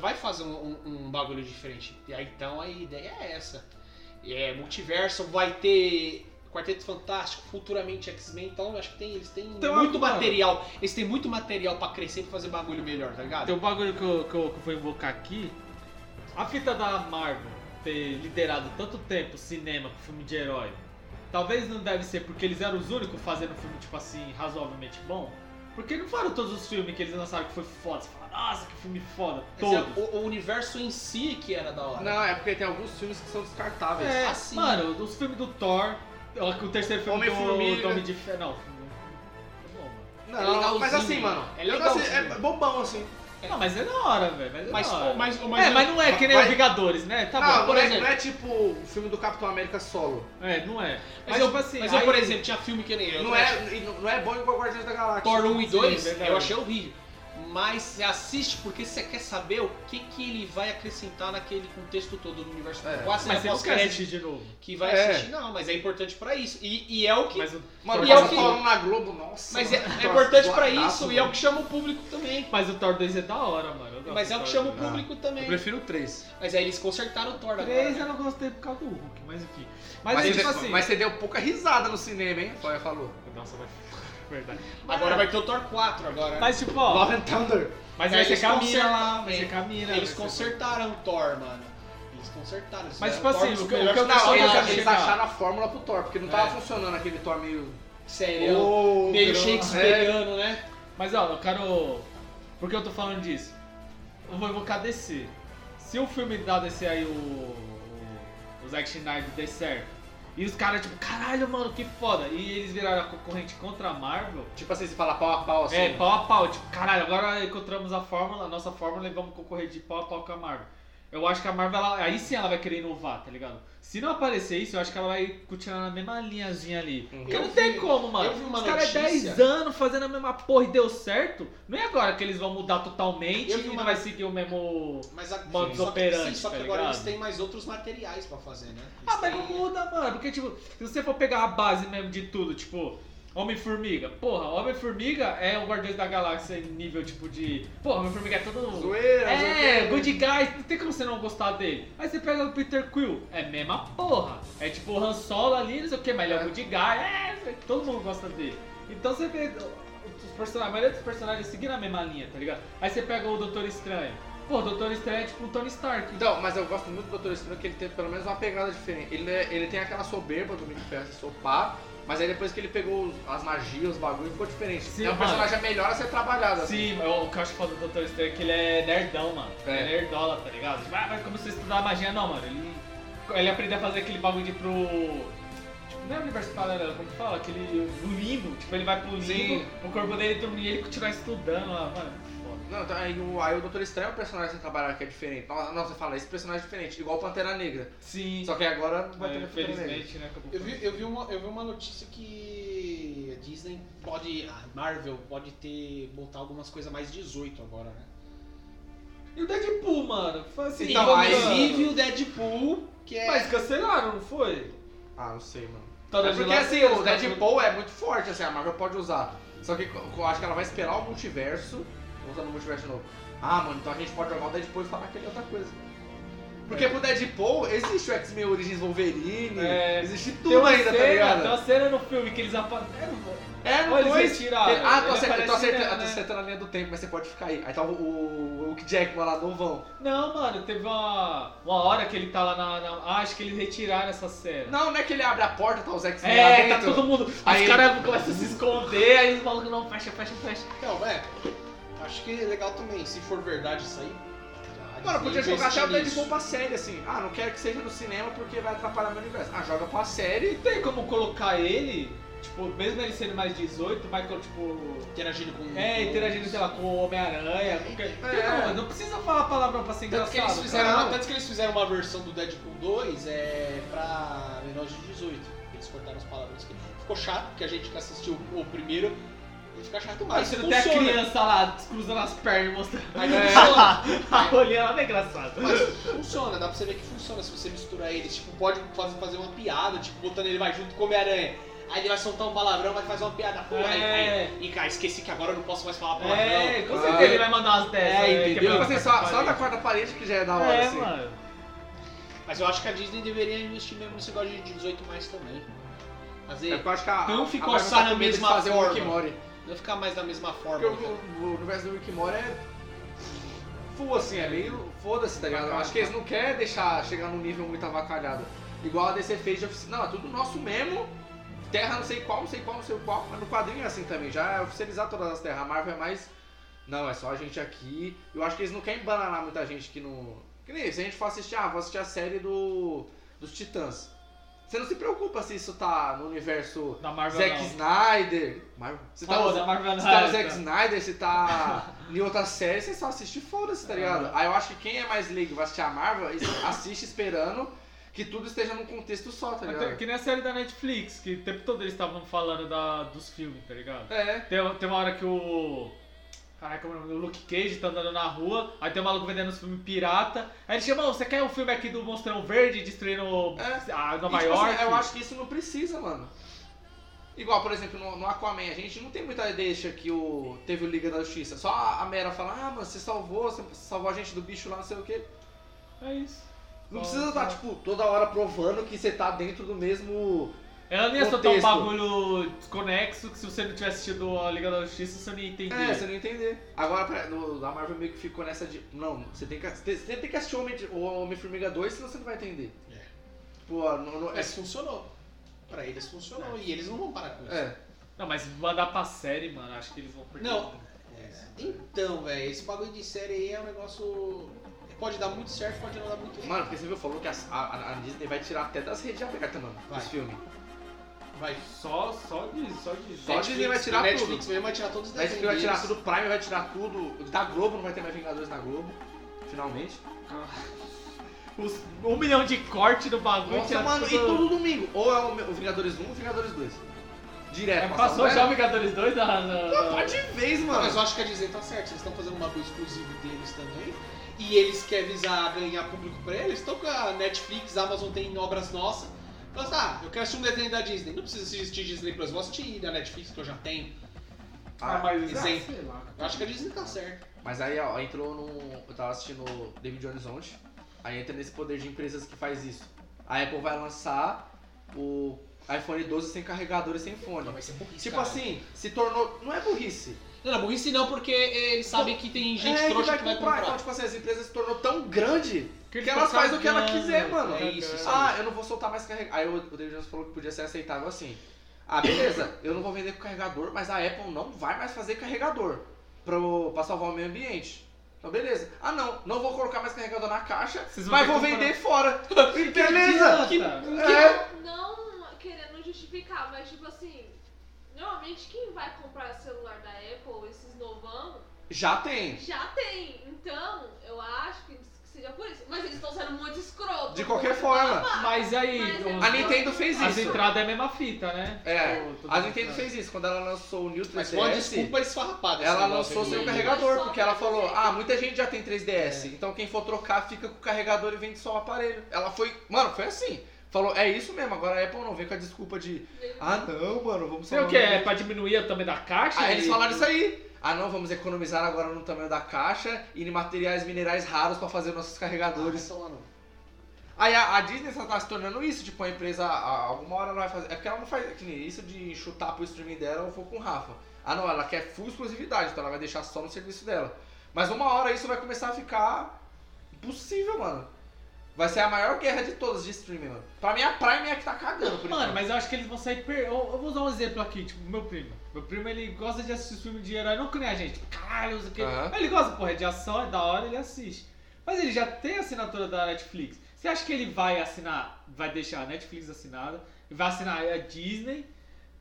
Speaker 4: vai fazer um, um- um bagulho diferente. E aí, então a ideia é essa. É, multiverso vai ter Quarteto Fantástico, futuramente X-Men, então eu acho que tem, eles têm
Speaker 3: Tem uma-
Speaker 4: muito material. Eles têm muito material pra crescer e pra fazer bagulho melhor, tá ligado?
Speaker 3: Tem um bagulho que eu, que, eu, que eu vou invocar aqui. A fita da Marvel ter liderado tanto tempo cinema com filme de herói. Talvez não deve ser porque eles eram os únicos fazendo filme, tipo assim, razoavelmente bom. Porque não foram todos os filmes que eles lançaram que foi foda. Você fala, nossa, que filme foda.
Speaker 4: Quer dizer,
Speaker 3: Todos.
Speaker 4: o, o universo em si que era da hora.
Speaker 1: Não, é porque tem alguns filmes que são descartáveis.
Speaker 3: É,
Speaker 4: assim.
Speaker 3: Mano, os filmes do Thor, o terceiro filme
Speaker 1: Homem-Formiga.
Speaker 3: do, do Homem de Ferro. Não, filme- tá bom, mano.
Speaker 4: é
Speaker 1: Não,
Speaker 4: legalzinho,
Speaker 1: mas assim, mano.
Speaker 4: é
Speaker 1: eu não sei,
Speaker 4: legalzinho.
Speaker 1: é bobão assim.
Speaker 3: Não, mas é da hora, velho. Mas é
Speaker 4: Mas,
Speaker 3: da hora.
Speaker 4: mas, Ah,
Speaker 3: é, mas não é que nem
Speaker 1: Vai-
Speaker 3: o Vingadores, né? Tá
Speaker 1: não,
Speaker 3: bom,
Speaker 1: não,
Speaker 3: por
Speaker 1: é,
Speaker 3: exemplo.
Speaker 1: não é tipo o filme do Capitão América solo.
Speaker 3: É, não é.
Speaker 4: Mas
Speaker 3: Mas,
Speaker 4: eu-
Speaker 3: tipo assim.
Speaker 4: mas eu,
Speaker 3: aí-
Speaker 4: por exemplo, tinha filme que nem eu. né?
Speaker 1: Não
Speaker 4: eu acho-
Speaker 1: é, e não não é bom igual Guardiões da Galáxia.
Speaker 4: Thor 1 e 2
Speaker 3: verdade.
Speaker 4: eu achei horrível. Mas você assiste porque você quer saber o que, que ele vai acrescentar naquele contexto todo do universo.
Speaker 1: É.
Speaker 4: Quase
Speaker 3: Mas
Speaker 4: é
Speaker 3: você não quer
Speaker 4: pós-crédito
Speaker 3: assistir de novo.
Speaker 4: que vai
Speaker 1: É.
Speaker 4: assistir, não, mas é importante pra isso. E, e é o que. Mas,
Speaker 3: Mas, o-
Speaker 1: Mano,
Speaker 4: E
Speaker 1: passa
Speaker 4: é o que-
Speaker 1: Thor 1 na Globo, nossa.
Speaker 4: é,
Speaker 1: mano.
Speaker 4: é
Speaker 1: Thor
Speaker 4: importante pra
Speaker 1: zoadaço,
Speaker 4: isso
Speaker 3: né?
Speaker 4: e é
Speaker 1: mano.
Speaker 4: o que chama o público também.
Speaker 3: mas o Thor 2 é da hora, mano. Eu gosto
Speaker 4: Mas é
Speaker 3: do
Speaker 4: o que
Speaker 3: Thor
Speaker 4: chama o
Speaker 3: 2.
Speaker 4: público também.
Speaker 1: Eu prefiro o 3.
Speaker 4: Mas aí eles consertaram o Thor agora.
Speaker 3: Três
Speaker 4: né?
Speaker 3: eu não gostei por causa do Hulk, mas enfim. Mas,
Speaker 1: Mas,
Speaker 3: é
Speaker 1: você,
Speaker 3: tipo assim.
Speaker 1: mas você deu pouca risada no cinema, hein? Só falou.
Speaker 3: Nossa, mas. Verdade.
Speaker 4: Agora vai ter o Thor 4 agora. né?
Speaker 3: Mas tipo, ó.
Speaker 1: Love and Thunder.
Speaker 3: Mas é
Speaker 4: Aí
Speaker 3: aí você
Speaker 4: eles
Speaker 3: caminha
Speaker 4: consertam,
Speaker 3: lá,
Speaker 4: velho.
Speaker 3: você caminha.
Speaker 4: eles
Speaker 3: né?
Speaker 4: consertaram o Thor, mano. Eles consertaram. Isso
Speaker 3: Mas,
Speaker 4: é
Speaker 3: tipo
Speaker 4: o tá Thor
Speaker 3: assim,
Speaker 4: dos
Speaker 3: o que- o
Speaker 4: melhores
Speaker 3: que eu-
Speaker 1: Não,
Speaker 4: personagens.
Speaker 1: eles,
Speaker 3: lá,
Speaker 1: eles
Speaker 3: chegar.
Speaker 1: acharam a fórmula pro Thor, porque não tava
Speaker 4: É.
Speaker 1: funcionando aquele Thor meio.
Speaker 3: tá-
Speaker 4: Sério. é
Speaker 1: Ô,
Speaker 4: meio
Speaker 1: grão.
Speaker 4: shakespeariano, né?
Speaker 3: Mas ó, eu quero. Por que eu tô falando disso? Eu vou invocar DC. Se o filme da DC aí, o. o- O Zack Snyder der certo. E os caras, tipo, caralho, mano, que foda. E eles viraram a concorrente contra a Marvel.
Speaker 1: Tipo assim, você fala pau a pau assim.
Speaker 3: É,
Speaker 4: né?
Speaker 3: pau a pau. Tipo, caralho, agora encontramos a fórmula, a nossa fórmula e vamos concorrer de pau a pau com a Marvel. Eu acho que a Marvel, ela- aí sim ela vai querer inovar, tá ligado? Se não aparecer isso, eu acho que ela vai continuar na mesma linhazinha ali.
Speaker 1: Uhum.
Speaker 3: Porque
Speaker 4: Eu
Speaker 3: não tem
Speaker 4: vi-
Speaker 3: como, mano.
Speaker 4: eu vi uma
Speaker 3: Os caras
Speaker 4: notícia-
Speaker 3: 10 anos fazendo a mesma porra e deu certo. Não é agora que eles vão mudar totalmente
Speaker 4: Eu vi
Speaker 3: e
Speaker 4: uma-
Speaker 3: não vai seguir o mesmo.
Speaker 4: Mas a,
Speaker 3: Modos
Speaker 4: só que, sim,
Speaker 3: operantes,
Speaker 4: só que
Speaker 3: tá
Speaker 4: agora
Speaker 3: ligado?
Speaker 4: eles têm mais outros materiais pra fazer, né? Eles
Speaker 3: Ah, mas
Speaker 4: têm-
Speaker 3: não muda, mano. Porque, tipo, se você for pegar a base mesmo de tudo, tipo, Homem-Formiga. Porra, Homem-Formiga é o Guardiões da Galáxia em nível, tipo, de. Porra, Homem-Formiga é todo.
Speaker 1: Zoeira,
Speaker 3: É,
Speaker 1: zoeira.
Speaker 3: Good Guys, não tem como você não gostar dele. Aí você pega o Peter Quill, é a mesma porra. É tipo o Han Solo ali, não sei o que, mas ele é o Good Guy, é, todo mundo gosta dele. Então você vê os personagens, a maioria dos personagens seguindo a mesma linha, tá ligado? Aí você pega o Doutor Estranho. Pô, o Doutor Estranho é tipo o Tony Stark.
Speaker 1: Então, mas eu gosto muito do Doutor Estranho que ele tem pelo menos uma pegada diferente. Ele, é- ele tem aquela soberba do universo, sopar, mas aí depois que ele pegou os- as magias, os bagulhos, ficou diferente.
Speaker 3: Sim,
Speaker 1: é um
Speaker 3: mano.
Speaker 1: personagem melhor a ser trabalhado. assim.
Speaker 3: Sim, mas o que eu acho foda do Doutor Estranho é que ele é nerdão, mano.
Speaker 1: É.
Speaker 3: Ele é nerdola, tá ligado? Tipo, ah, mas como você estudar magia? Não, mano. Ele, ele aprendeu a fazer aquele bagulho de ir pro. Tipo, não é universo paralelo, como que fala? Aquele. do limbo. Tipo, ele vai pro limbo,
Speaker 1: Sim.
Speaker 3: o corpo dele dorme e ele continua estudando lá, mano. Foda.
Speaker 1: Não, então, aí, o, aí o Doutor Estranho é um personagem que trabalhar que é diferente. Nossa, não, você fala, esse personagem é diferente, igual o Pantera Negra.
Speaker 3: Sim.
Speaker 1: Só que agora não vai
Speaker 3: É,
Speaker 1: ter Pantera Negra.
Speaker 3: infelizmente, né? Acabou
Speaker 4: Eu vi, eu, vi uma, eu vi uma notícia que a Disney pode. A Marvel pode ter. botar algumas coisas mais 18 agora, né?
Speaker 3: E o Deadpool, mano? Foi assim,
Speaker 1: Então,
Speaker 3: mano.
Speaker 1: aí-
Speaker 4: Inclusive o Deadpool, que é.
Speaker 3: Mas cancelaram, não foi?
Speaker 1: Ah, não sei, mano.
Speaker 3: Tá
Speaker 1: É
Speaker 3: dando
Speaker 1: porque
Speaker 3: lá-
Speaker 1: assim,
Speaker 3: eles
Speaker 1: o
Speaker 3: tá-
Speaker 1: Deadpool é muito forte, assim, a Marvel pode usar. Só que co- eu acho que ela vai esperar o multiverso, usando o multiverso de novo. Ah, mano, então a gente pode jogar o Deadpool e falar que ele é outra coisa. Porque pro Deadpool existe o X-Men Origins Wolverine,
Speaker 3: É.
Speaker 1: existe tudo
Speaker 3: Tem uma,
Speaker 1: ainda, tá
Speaker 3: cena,
Speaker 1: ligado?
Speaker 3: tem uma cena no filme que eles aparecem.
Speaker 1: É,
Speaker 3: Ou
Speaker 1: no
Speaker 3: eles
Speaker 1: 2. Ah,
Speaker 3: retiraram.
Speaker 1: tô
Speaker 3: Ele
Speaker 1: acertando, tô,
Speaker 3: aparece
Speaker 1: acertando,
Speaker 3: mesmo,
Speaker 1: tô
Speaker 3: né?
Speaker 1: acertando a linha do tempo, mas você pode ficar aí. Aí tá o, o, o Hugh Jackman lá, novão.
Speaker 3: Não, mano, teve uma, uma hora que ele tá lá na. na- ah, acho que eles retiraram essa cena.
Speaker 1: Não, não é que ele abre a porta, tá os X-Men lá
Speaker 3: É, tá
Speaker 1: dentro.
Speaker 3: todo mundo.
Speaker 1: Aí-
Speaker 3: Os caras começam a se esconder, aí os malucos não, fecha, fecha, fecha.
Speaker 4: Então, é. Acho que é legal também, se for verdade isso aí. caralho,
Speaker 1: Mano, podia jogar até o
Speaker 4: investir
Speaker 1: Deadpool
Speaker 4: nisso.
Speaker 1: pra série, assim. Ah, não quero que seja no cinema porque vai atrapalhar meu universo. Ah, joga pra série.
Speaker 3: E tem como colocar ele, tipo, mesmo ele sendo mais 18, vai com, tipo.
Speaker 4: Interagindo com.
Speaker 3: É, interagindo, sei lá, com o Homem-Aranha, com qualquer. Não, não precisa falar palavrão pra ser
Speaker 4: Tanto
Speaker 3: É engraçado.
Speaker 4: que, eles fizeram
Speaker 3: cara.
Speaker 4: uma, tanto que eles fizeram uma versão do Deadpool 2 é, pra menores de 18. Eles cortaram as palavras. que- Ficou chato, porque a gente que assistiu o primeiro e fica chato mais.
Speaker 3: Mas Ah, você não tem a criança É. lá cruzando as pernas e mostrando
Speaker 4: Mas funciona.
Speaker 3: a olhinha lá, não é engraçado.
Speaker 4: Mas funciona, dá pra você ver que funciona se você misturar eles. Tipo, pode fazer, fazer uma piada, tipo, botando ele vai junto com o Homem-Aranha. Aí ele vai soltar um palavrão, vai fazer uma piada. Pô, aí,
Speaker 3: É.
Speaker 4: aí, e cara, esqueci que agora eu não posso mais falar palavrão.
Speaker 3: É, com
Speaker 1: Ah,
Speaker 3: certeza ele vai mandar umas dessas.
Speaker 4: é,
Speaker 3: né, que
Speaker 4: entendeu?
Speaker 1: Tipo
Speaker 3: pela
Speaker 1: assim,
Speaker 3: quarta
Speaker 1: só, só
Speaker 3: parede.
Speaker 1: da quarta parede que já é da hora,
Speaker 3: É,
Speaker 1: assim.
Speaker 3: mano.
Speaker 4: Mas eu acho que a Disney deveria investir mesmo nesse negócio de 18 mais também. Fazer.
Speaker 1: É porque eu acho que a,
Speaker 4: Não
Speaker 1: a
Speaker 4: ficou
Speaker 1: Marvel
Speaker 4: só
Speaker 1: tá
Speaker 4: na
Speaker 1: com medo de
Speaker 4: mesma
Speaker 1: fazer o
Speaker 4: forma.
Speaker 1: Rick and Morty.
Speaker 4: Não ficar mais da mesma forma. né?
Speaker 1: Porque o, o universo do Rick and Morty é full, assim, é meio foda-se, tá ligado? Eu acho que eles não querem deixar chegar num nível muito avacalhado. Igual a DC fez de oficina. Não, é tudo nosso mesmo. Terra não sei qual, não sei qual, não sei qual. Mas no quadrinho é assim também. Já é oficializar todas as terras. A Marvel é mais. Não, é só a gente aqui. Eu acho que eles não querem bananar muita gente que não. Que nem se a gente for assistir, ah, vou assistir a série do. dos Titãs. Você não se preocupa se isso tá no universo
Speaker 3: Da Marvel
Speaker 1: Zack
Speaker 3: não.
Speaker 1: Snyder. Marvel. Você tá
Speaker 3: Pô,
Speaker 1: usando-
Speaker 3: da Marvel não.
Speaker 1: se tá no Zack Snyder, se tá em outra série, você só assiste e foda-se, tá ligado? Aí eu acho que quem é mais leigo vai assistir a Marvel, es- assiste esperando que tudo esteja num contexto só, tá
Speaker 3: Até
Speaker 1: ligado?
Speaker 3: Que nem a série da Netflix, que o tempo todo eles estavam falando da, dos filmes, tá ligado?
Speaker 1: É.
Speaker 3: Tem, tem uma hora que o. Caraca, como é o nome? o Luke Cage tá andando na rua, aí tem um maluco vendendo uns filmes pirata. Aí ele chama, "Ô, você quer um filme aqui do Monstrão Verde destruindo
Speaker 1: É.
Speaker 3: a
Speaker 1: E,
Speaker 3: Nova
Speaker 1: tipo assim,
Speaker 3: York?
Speaker 1: eu acho que isso não precisa, mano. Igual, por exemplo, no, no Aquaman, a gente não tem muita deixa que o, teve o Liga da Justiça. Só a Mera fala, ah, mano, você salvou, você salvou a gente do bicho lá, não sei o quê.
Speaker 3: É isso.
Speaker 1: Não
Speaker 3: Só-
Speaker 1: precisa
Speaker 3: só-
Speaker 1: estar, tipo, toda hora provando que você tá dentro do mesmo...
Speaker 3: Ela não ia soltar um
Speaker 1: Contexto.
Speaker 3: bagulho desconexo que se você não tivesse assistido a Liga da Justiça, você não ia entender.
Speaker 1: É, você não entender. Agora, pra, no, a Marvel meio que ficou nessa de. Não, você tem que, você você tem que assistir o Homem- o Homem-Formiga 2, senão você não vai entender.
Speaker 4: É.
Speaker 1: Tipo, ó, não, não- é,
Speaker 4: Mas funcionou. Pra eles funcionou. E eles não vão parar com isso.
Speaker 1: é.
Speaker 3: Não, mas mandar pra série, mano, acho que eles vão perder.
Speaker 4: Não.
Speaker 3: muita coisa.
Speaker 4: Então, velho, esse bagulho de série aí é um negócio. Pode dar muito certo, pode não dar muito errado.
Speaker 1: Mano, porque você viu, falou que a, a- a Disney vai tirar até das redes de aberta, mano,
Speaker 4: Vai.
Speaker 1: esse filme.
Speaker 4: Vai.
Speaker 3: Só, só disso, só disso.
Speaker 1: Só
Speaker 4: Netflix,
Speaker 1: Disney vai tirar
Speaker 4: Netflix mesmo vai tirar todos os
Speaker 1: Netflix vai
Speaker 4: desenhos
Speaker 1: tirar
Speaker 4: deles.
Speaker 1: tudo, Prime vai tirar tudo. Da Globo não vai ter mais Vingadores na Globo, finalmente.
Speaker 3: Os- um milhão de corte no bagulho.
Speaker 1: Nossa,
Speaker 3: tira
Speaker 1: mano, e
Speaker 3: tudo.
Speaker 1: todo domingo. Ou é o, o Vingadores 1 ou o Vingadores 2. Direto.
Speaker 3: É,
Speaker 1: passando,
Speaker 3: passou
Speaker 1: né?
Speaker 3: já o Vingadores 2 na. na- na-
Speaker 1: Não, tá de vez,
Speaker 4: Não, mas eu
Speaker 1: mano.
Speaker 4: acho que a Disney tá certo. Eles estão fazendo um bagulho exclusivo deles também. E eles querem visar ganhar público pra eles. Estão com a Netflix, a Amazon tem obras nossas. Mas ah, eu quero assistir um desenho da Disney. Não precisa assistir Disney Plus, vou assistir da Netflix que eu já tenho.
Speaker 3: Ah, mas
Speaker 4: isso aí.
Speaker 3: sei lá.
Speaker 4: Eu acho que a Disney tá certo.
Speaker 1: Mas aí, ó, entrou num. Eu tava assistindo David Jones ontem. Aí entra nesse poder de empresas que faz isso. A Apple vai lançar o iPhone 12 sem carregador e sem fone.
Speaker 4: Não, vai ser burrice.
Speaker 1: Tipo
Speaker 4: cara.
Speaker 1: assim, se tornou. Não é burrice.
Speaker 4: Não, não, burrice não, porque é, eles sabem que tem gente
Speaker 1: é,
Speaker 4: trouxa que vai comprar.
Speaker 1: Então, tipo assim, as empresas se tornou tão grande que,
Speaker 3: eles
Speaker 1: elas
Speaker 3: estão
Speaker 1: fazem o que ela
Speaker 3: cagando,
Speaker 1: quiser, mano.
Speaker 4: tipo,
Speaker 3: né,
Speaker 4: É isso, isso aí.
Speaker 1: Ah, eu não vou soltar mais carregador. Aí o o David Jones falou que podia ser aceitável assim. Ah, beleza, eu não vou vender com carregador, mas a Apple não vai mais fazer carregador pro, pra salvar o meio ambiente. Então, beleza. Ah, não, não vou colocar mais carregador na caixa,
Speaker 3: Vocês vão
Speaker 1: mas
Speaker 3: ter
Speaker 1: vou
Speaker 3: que comprar.
Speaker 1: vender fora. beleza!
Speaker 3: Idiota.
Speaker 1: É,
Speaker 6: Não querendo justificar, mas tipo assim, normalmente quem vai comprar celular da Apple, esses novão,
Speaker 4: Já tem.
Speaker 6: Já tem. Então, eu acho que seja por isso. Mas eles estão sendo muito escroto.
Speaker 1: De qualquer forma.
Speaker 3: Mas aí,
Speaker 6: Mas é
Speaker 3: o-
Speaker 6: eu-
Speaker 1: A Nintendo fez
Speaker 3: as
Speaker 1: isso.
Speaker 3: entradas é a mesma fita, né?
Speaker 1: É,
Speaker 3: Tipo, tudo
Speaker 1: a
Speaker 3: bem.
Speaker 1: Nintendo fez isso. Quando ela lançou o New 3DS,
Speaker 4: Mas foi uma desculpa esfarrapada. esse
Speaker 1: ela
Speaker 4: negócio
Speaker 1: lançou
Speaker 4: aí
Speaker 1: sem o
Speaker 4: do-
Speaker 1: carregador, porque ela falou,
Speaker 6: É.
Speaker 1: ah, muita gente já tem 3DS, então quem for trocar fica com o carregador e vende só o aparelho. Ela foi, mano, foi assim. Falou, é isso mesmo, agora a Apple não vem com a desculpa de, ah não, mano, vamos
Speaker 3: Sei o
Speaker 1: salvar
Speaker 3: que,
Speaker 1: o
Speaker 3: é pra diminuir o tamanho da caixa?
Speaker 1: Aí Ah, eles
Speaker 3: E-
Speaker 1: falaram isso aí. Ah, não, vamos economizar agora no tamanho da caixa e em materiais minerais raros pra fazer nossos carregadores.
Speaker 4: Ah, mano.
Speaker 1: Aí a, a Disney só tá se tornando isso, tipo, a empresa, a- alguma hora ela vai fazer. É porque ela não faz que nem isso de chutar pro streaming dela ou for com o Rafa. Ah, não, ela quer full exclusividade, então ela vai deixar só no serviço dela. Mas uma hora isso vai começar a ficar impossível, mano. Vai ser a maior guerra de todas de streaming, mano. Pra mim, a Prime é a que tá cagando, por
Speaker 3: Mano,
Speaker 1: enquanto.
Speaker 3: mas eu acho que eles vão sair per... eu, eu vou usar um exemplo aqui, tipo, meu primo. Meu primo, ele gosta de assistir filme de herói, não que nem a gente. Tipo, caralho, usa aquele...
Speaker 1: Aham.
Speaker 3: Mas ele gosta, porra, de ação, é da hora, ele assiste. Mas ele já tem a assinatura da Netflix. Você acha que ele vai assinar, vai deixar a Netflix assinada, e vai assinar a Disney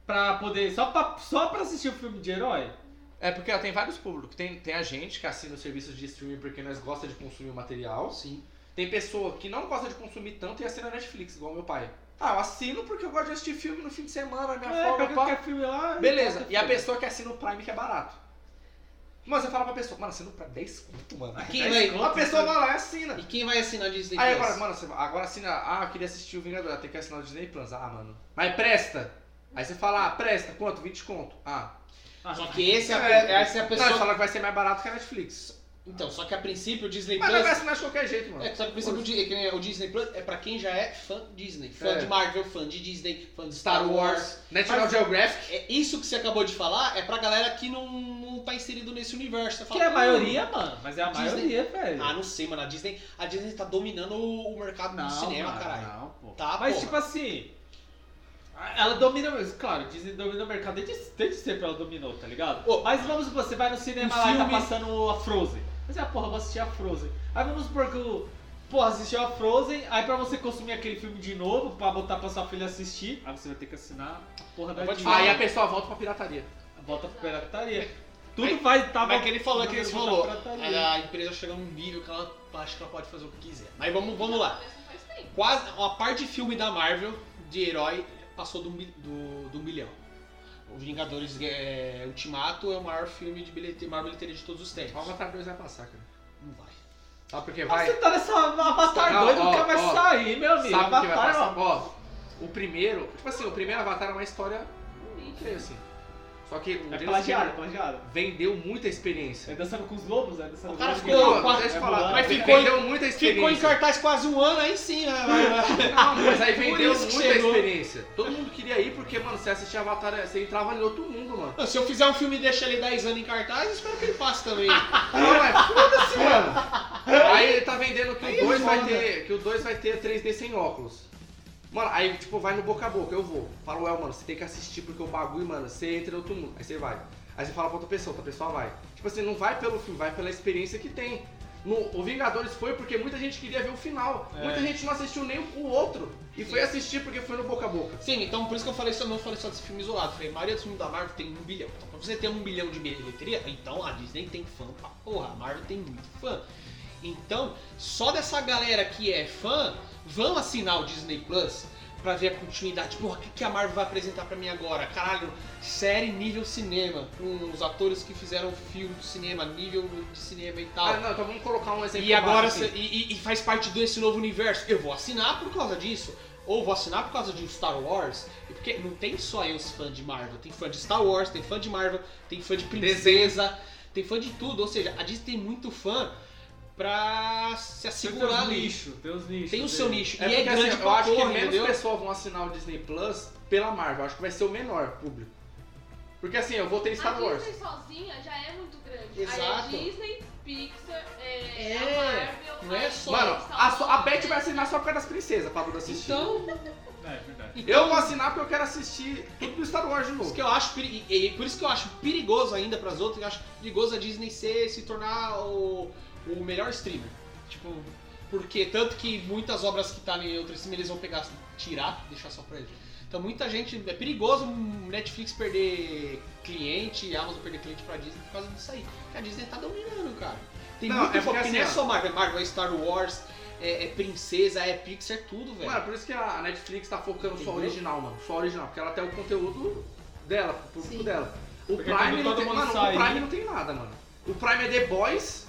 Speaker 3: pra poder... Só pra, só pra assistir o filme de herói?
Speaker 1: É porque ó, tem vários públicos. Tem, tem a gente que assina os serviços de streaming porque nós gosta de consumir o material.
Speaker 4: Sim.
Speaker 1: Tem pessoa que não gosta de consumir tanto e assina Netflix, igual meu pai. Ah, eu assino porque eu gosto de assistir filme no fim de semana, minha
Speaker 3: É,
Speaker 1: folga,
Speaker 3: pega
Speaker 1: pá.
Speaker 3: qualquer filme lá...
Speaker 1: Beleza. E a
Speaker 3: filme.
Speaker 1: pessoa que assina o Prime que é barato. Mas você fala pra pessoa, mano, assina o Prime 10 conto, mano.
Speaker 4: Aqui,
Speaker 1: 10
Speaker 4: vai-
Speaker 1: conto, A pessoa vai lá e assina.
Speaker 4: E quem vai assinar Disney
Speaker 1: Aí
Speaker 4: Plus?
Speaker 1: agora, mano, você, agora assina. Ah, eu queria assistir o Vingador. Ah, Tem que assinar o Disney Plus. Ah, mano. Mas presta. Aí você fala, ah, presta, quanto? 20 conto. Ah.
Speaker 3: Ah,
Speaker 4: Só que esse é a,
Speaker 1: É.
Speaker 4: essa é a
Speaker 1: Não, você
Speaker 4: pessoa.
Speaker 1: fala que vai ser mais barato que a Netflix.
Speaker 4: Então, só que a princípio o Disney
Speaker 1: Mas nós vai
Speaker 4: Plus.
Speaker 1: assinar de qualquer jeito, mano.
Speaker 4: É, só que a princípio o Di- que nem o Disney Plus é pra quem já é fã Disney. Fã
Speaker 1: É.
Speaker 4: de Marvel, fã de Disney, fã de Star Wars.
Speaker 1: National Geographic.
Speaker 4: É, isso que você acabou de falar é pra galera que não, não tá inserido nesse universo. Você
Speaker 3: Que
Speaker 4: fala,
Speaker 3: é a
Speaker 4: "Hum,
Speaker 3: maioria, mano. Mas é a
Speaker 4: Disney-
Speaker 3: maioria, velho.
Speaker 4: Ah, não sei, mano. A Disney, a Disney tá dominando o o mercado do cinema,
Speaker 3: mano,
Speaker 4: caralho.
Speaker 3: Não, pô.
Speaker 4: Tá,
Speaker 3: Mas,
Speaker 4: porra.
Speaker 3: tipo assim. a- Ela domina mesmo, claro, Disney domina o mercado desde, desde sempre ela dominou, tá ligado?
Speaker 4: Ô,
Speaker 3: Mas vamos supor, você vai no cinema
Speaker 4: um
Speaker 3: lá e tá
Speaker 4: filme-
Speaker 3: passando a Frozen. Mas é, porra, eu vou assistir a Frozen. Aí vamos supor que o. Porra, assistiu a Frozen, aí pra você consumir aquele filme de novo, pra botar pra sua filha assistir, aí você vai ter que assinar a porra da
Speaker 4: Pode
Speaker 3: Disney.
Speaker 4: falar.
Speaker 1: Aí a pessoa volta pra pirataria.
Speaker 3: Volta pra pirataria. Tudo vai tá
Speaker 4: Mas é que ele falou
Speaker 3: tudo
Speaker 4: que ele
Speaker 3: volta
Speaker 4: falou.
Speaker 3: pra Ah, pirataria.
Speaker 4: A empresa chegou num nível que ela acha que ela pode fazer o que quiser. Mas vamos, vamos lá.
Speaker 6: Mas não faz tempo.
Speaker 4: Quase, a parte de filme da Marvel de herói passou do, mil- do, do milhão. O Vingadores é, Ultimato é o maior filme de bilheteria, maior bilheteria de todos os
Speaker 1: O
Speaker 4: tempos.
Speaker 1: Avatar 2 vai passar, cara.
Speaker 4: Não vai.
Speaker 1: Sabe por quê?
Speaker 3: Ah,
Speaker 1: Vai.
Speaker 3: Você tá nessa Avatar
Speaker 4: é?
Speaker 1: Não,
Speaker 3: 2,
Speaker 1: ó,
Speaker 3: nunca vai
Speaker 1: ó.
Speaker 3: sair, meu amigo.
Speaker 1: Sabe o que vai
Speaker 3: Avatar, ó.
Speaker 1: passar? Ó, o primeiro... Tipo assim, o primeiro Avatar é uma história... Não sei, assim. Só que o
Speaker 3: É
Speaker 1: James
Speaker 3: plagiado, é
Speaker 1: Cameron
Speaker 3: plagiado.
Speaker 1: vendeu muita
Speaker 3: É
Speaker 1: experiência.
Speaker 3: dançando com os lobos, é dançando
Speaker 4: O cara
Speaker 3: com os
Speaker 4: ficou-
Speaker 3: lobos.
Speaker 1: Não,
Speaker 4: quase-
Speaker 1: deixa eu
Speaker 3: é
Speaker 1: falar.
Speaker 3: bolado.
Speaker 1: Mas
Speaker 4: Ficou
Speaker 1: vendeu muita
Speaker 4: Ficou em
Speaker 1: experiência.
Speaker 4: cartaz quase um ano, aí sim, né? Vai, vai.
Speaker 1: Não, mas aí
Speaker 4: Por
Speaker 1: vendeu
Speaker 4: isso que
Speaker 1: muita
Speaker 4: chegou.
Speaker 1: experiência. Todo mundo queria ir porque, mano, você assistia Avatar, você entrava em outro mundo, mano.
Speaker 4: Não, Se eu fizer um filme e deixar ele 10 anos em cartaz, eu espero que ele passe também.
Speaker 1: Não, mas foda-se, mano. Aí ele tá vendendo que
Speaker 4: é Aí
Speaker 1: o
Speaker 4: é
Speaker 1: 2 vai
Speaker 4: foda.
Speaker 1: ter, que o 2 vai ter 3D sem óculos. Mano, aí tipo, vai no boca a boca, eu vou. Fala, ué, mano, você tem que assistir porque o bagulho, mano, você entra em outro mundo. Aí você vai. Aí você fala pra outra pessoa, outra pessoa vai. Tipo assim, não vai pelo filme, vai pela experiência que tem. No, o Vingadores foi porque muita gente queria ver o final.
Speaker 4: É.
Speaker 1: Muita gente não assistiu nem o outro. E foi assistir porque foi no boca a boca.
Speaker 4: Sim, então por isso que eu falei isso, eu não falei só desse filme isolado. Falei, a maioria dos filmes da Marvel tem um bilhão. Então, pra você ter um bilhão de bilheteria, então a Disney tem fã pra porra. A Marvel tem muito fã. Então, só dessa galera que é fã, vão assinar o Disney Plus pra ver a continuidade. Porra, o que, que a Marvel vai apresentar pra mim agora? Caralho, série nível cinema, com os atores que fizeram filme do cinema, nível de cinema e tal.
Speaker 1: Ah, não, então vamos colocar um exemplo.
Speaker 4: Tá. E agora
Speaker 1: básico,
Speaker 4: cê- e, e- e faz parte desse novo universo. Eu vou assinar por causa disso. Ou vou assinar por causa de Star Wars. E Porque não tem só eu os fãs de Marvel. Tem fã de Star Wars, tem fã de Marvel, tem fã de princesa, tem fã de tudo. Ou seja, a Disney tem muito fã pra se assegurar
Speaker 3: Tem os
Speaker 4: ali.
Speaker 3: nichos, tem os nichos.
Speaker 4: Tem o seu nicho.
Speaker 1: É
Speaker 4: e é
Speaker 1: porque,
Speaker 4: grande
Speaker 1: assim, eu
Speaker 4: pra
Speaker 1: acho que
Speaker 4: porra,
Speaker 1: menos
Speaker 4: entendeu?
Speaker 1: pessoas vão assinar o Disney Plus pela Marvel. Eu acho que vai ser o menor público. Porque assim, eu vou ter
Speaker 6: a
Speaker 4: Ah,
Speaker 1: Star Wars.
Speaker 6: Disney sozinha já é muito grande.
Speaker 4: Exato.
Speaker 6: Aí é Disney, Pixar, é,
Speaker 4: É,
Speaker 6: a Marvel.
Speaker 4: não é
Speaker 6: aí
Speaker 4: só-
Speaker 1: Mano,
Speaker 6: Star
Speaker 1: a, so- a
Speaker 6: Wars,
Speaker 1: Beth
Speaker 6: né?
Speaker 1: vai assinar só por causa das princesas pra poder assistir.
Speaker 4: Então,
Speaker 3: É, verdade.
Speaker 1: Eu vou assinar porque eu quero assistir tudo do Star Wars de
Speaker 4: Por isso
Speaker 1: novo.
Speaker 4: que eu acho, peri- e- e por isso que eu acho perigoso ainda pras outras, eu acho perigoso a Disney ser, se tornar o, o melhor streamer. Tipo, porque tanto que muitas obras que tá em outro streamer eles vão pegar, tirar, deixar só pra ele. Então muita gente. É perigoso o Netflix perder cliente, a Amazon perder cliente pra Disney por causa disso aí. Porque a Disney tá dominando, cara. Tem
Speaker 1: Não,
Speaker 4: muito
Speaker 1: é porque
Speaker 4: foco, que
Speaker 1: assim,
Speaker 4: não é
Speaker 1: ó.
Speaker 4: só Marvel, é Marvel, é Star Wars, é, é Princesa, é Pixar, é tudo, velho.
Speaker 1: Mano, por isso que a Netflix tá focando só
Speaker 4: Entendeu?
Speaker 1: original, mano. Só original, porque ela tem o conteúdo dela, o público
Speaker 6: Sim.
Speaker 1: dela. O
Speaker 3: Porque
Speaker 1: Prime,
Speaker 3: quando
Speaker 1: não
Speaker 3: todo
Speaker 1: tem,
Speaker 3: mundo
Speaker 1: mano,
Speaker 3: sair-
Speaker 1: o Prime não tem nada, mano. O Prime é The Boys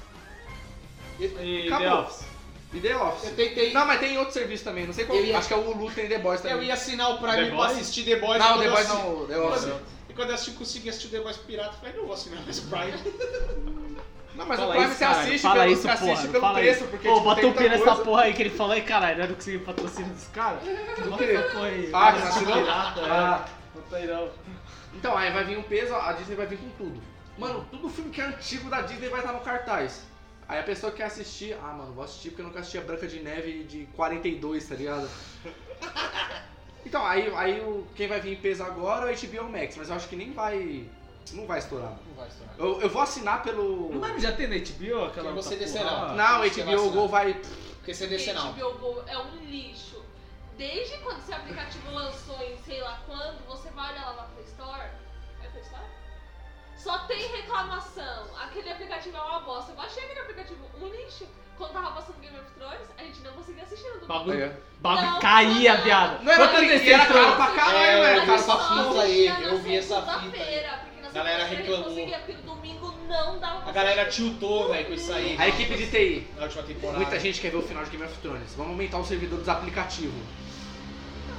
Speaker 3: E
Speaker 1: Acabou.
Speaker 3: The Office.
Speaker 1: e The Office.
Speaker 4: Eu tentei.
Speaker 1: Não, mas tem outro serviço também, não sei qual.
Speaker 4: Eu ia-
Speaker 1: Acho que é o Hulu tem The Boys
Speaker 4: Eu
Speaker 1: também.
Speaker 4: ia assinar o Prime
Speaker 3: The
Speaker 4: pra
Speaker 3: Boys?
Speaker 4: assistir The Boys.
Speaker 1: Não,
Speaker 4: quando
Speaker 1: The
Speaker 4: eu um-
Speaker 1: Boys
Speaker 4: assi-
Speaker 1: não, o The
Speaker 4: quando-
Speaker 1: Office.
Speaker 4: E quando eu assisti, consegui assistir The Boys pirata, eu falei, não vou assinar mais o Prime.
Speaker 1: Não, mas
Speaker 3: Fala
Speaker 1: o Prime
Speaker 3: isso,
Speaker 1: você
Speaker 3: caralho.
Speaker 1: assiste,
Speaker 3: Fala
Speaker 1: pelo,
Speaker 3: isso,
Speaker 1: você assiste
Speaker 3: porra.
Speaker 1: pelo
Speaker 3: Fala
Speaker 1: preço,
Speaker 3: isso.
Speaker 1: porque
Speaker 3: Pô,
Speaker 1: tipo,
Speaker 3: bota
Speaker 1: tem
Speaker 3: o pi
Speaker 1: muita
Speaker 3: nessa
Speaker 1: coisa.
Speaker 3: porra aí que ele falou aí, caralho, não conseguiu patrocínio dos caras.
Speaker 1: Do
Speaker 3: Bota
Speaker 1: quê?
Speaker 3: essa porra aí.
Speaker 1: Ah, que
Speaker 3: Bota essa
Speaker 1: assinou?
Speaker 3: pirata, é.
Speaker 1: Ah,
Speaker 3: Não tem não.
Speaker 1: Então, aí vai vir um peso, a Disney vai vir com tudo. Mano, todo filme que é antigo da Disney vai estar no cartaz. Aí a pessoa que quer assistir, ah, mano, vou assistir porque eu nunca assisti a Branca de Neve de 42, tá ligado? Então, aí, aí o, quem vai vir em peso agora é o HBO Max, mas eu acho que nem vai. Não vai estourar. mano.
Speaker 4: Não vai estourar.
Speaker 1: Eu, eu vou assinar pelo.
Speaker 3: Não vai já ter na HBO aquela
Speaker 4: Eu vou ser
Speaker 3: outra
Speaker 4: desse
Speaker 3: porra
Speaker 4: não.
Speaker 3: lá?
Speaker 1: Não,
Speaker 4: Acho que vai
Speaker 1: HBO Go
Speaker 4: assinar.
Speaker 1: vai.
Speaker 4: Porque CDC não.
Speaker 6: HBO Go é um lixo. Desde quando esse aplicativo lançou em sei lá quando, você vai olhar lá na Play Store. É Play Store? Só tem reclamação. Aquele aplicativo é uma bosta. Eu baixei aquele aplicativo um lixo. Quando tava passando Game of Thrones, a gente não conseguia assistir no domingo.
Speaker 3: Bagulho,
Speaker 1: É.
Speaker 3: bagulho
Speaker 6: Não,
Speaker 3: caía,
Speaker 6: não.
Speaker 3: viado.
Speaker 1: Não era
Speaker 3: Quantas
Speaker 1: triste,
Speaker 3: vezes
Speaker 1: era
Speaker 3: entrou?
Speaker 1: caro pra caralho,
Speaker 4: É,
Speaker 1: velho.
Speaker 4: cara,
Speaker 1: Cara,
Speaker 4: essa
Speaker 1: só-
Speaker 4: fita aí, eu vi essa fita aí.
Speaker 6: feira porque na
Speaker 4: Galera reclamou.
Speaker 6: segunda-feira a gente conseguia, porque no domingo não dava pra
Speaker 4: A galera
Speaker 6: assistir.
Speaker 4: tiltou, velho, com isso aí.
Speaker 1: A equipe de TI.
Speaker 4: Na última temporada.
Speaker 1: Muita gente quer ver o final de Game of Thrones. Vamos aumentar o servidor dos aplicativos.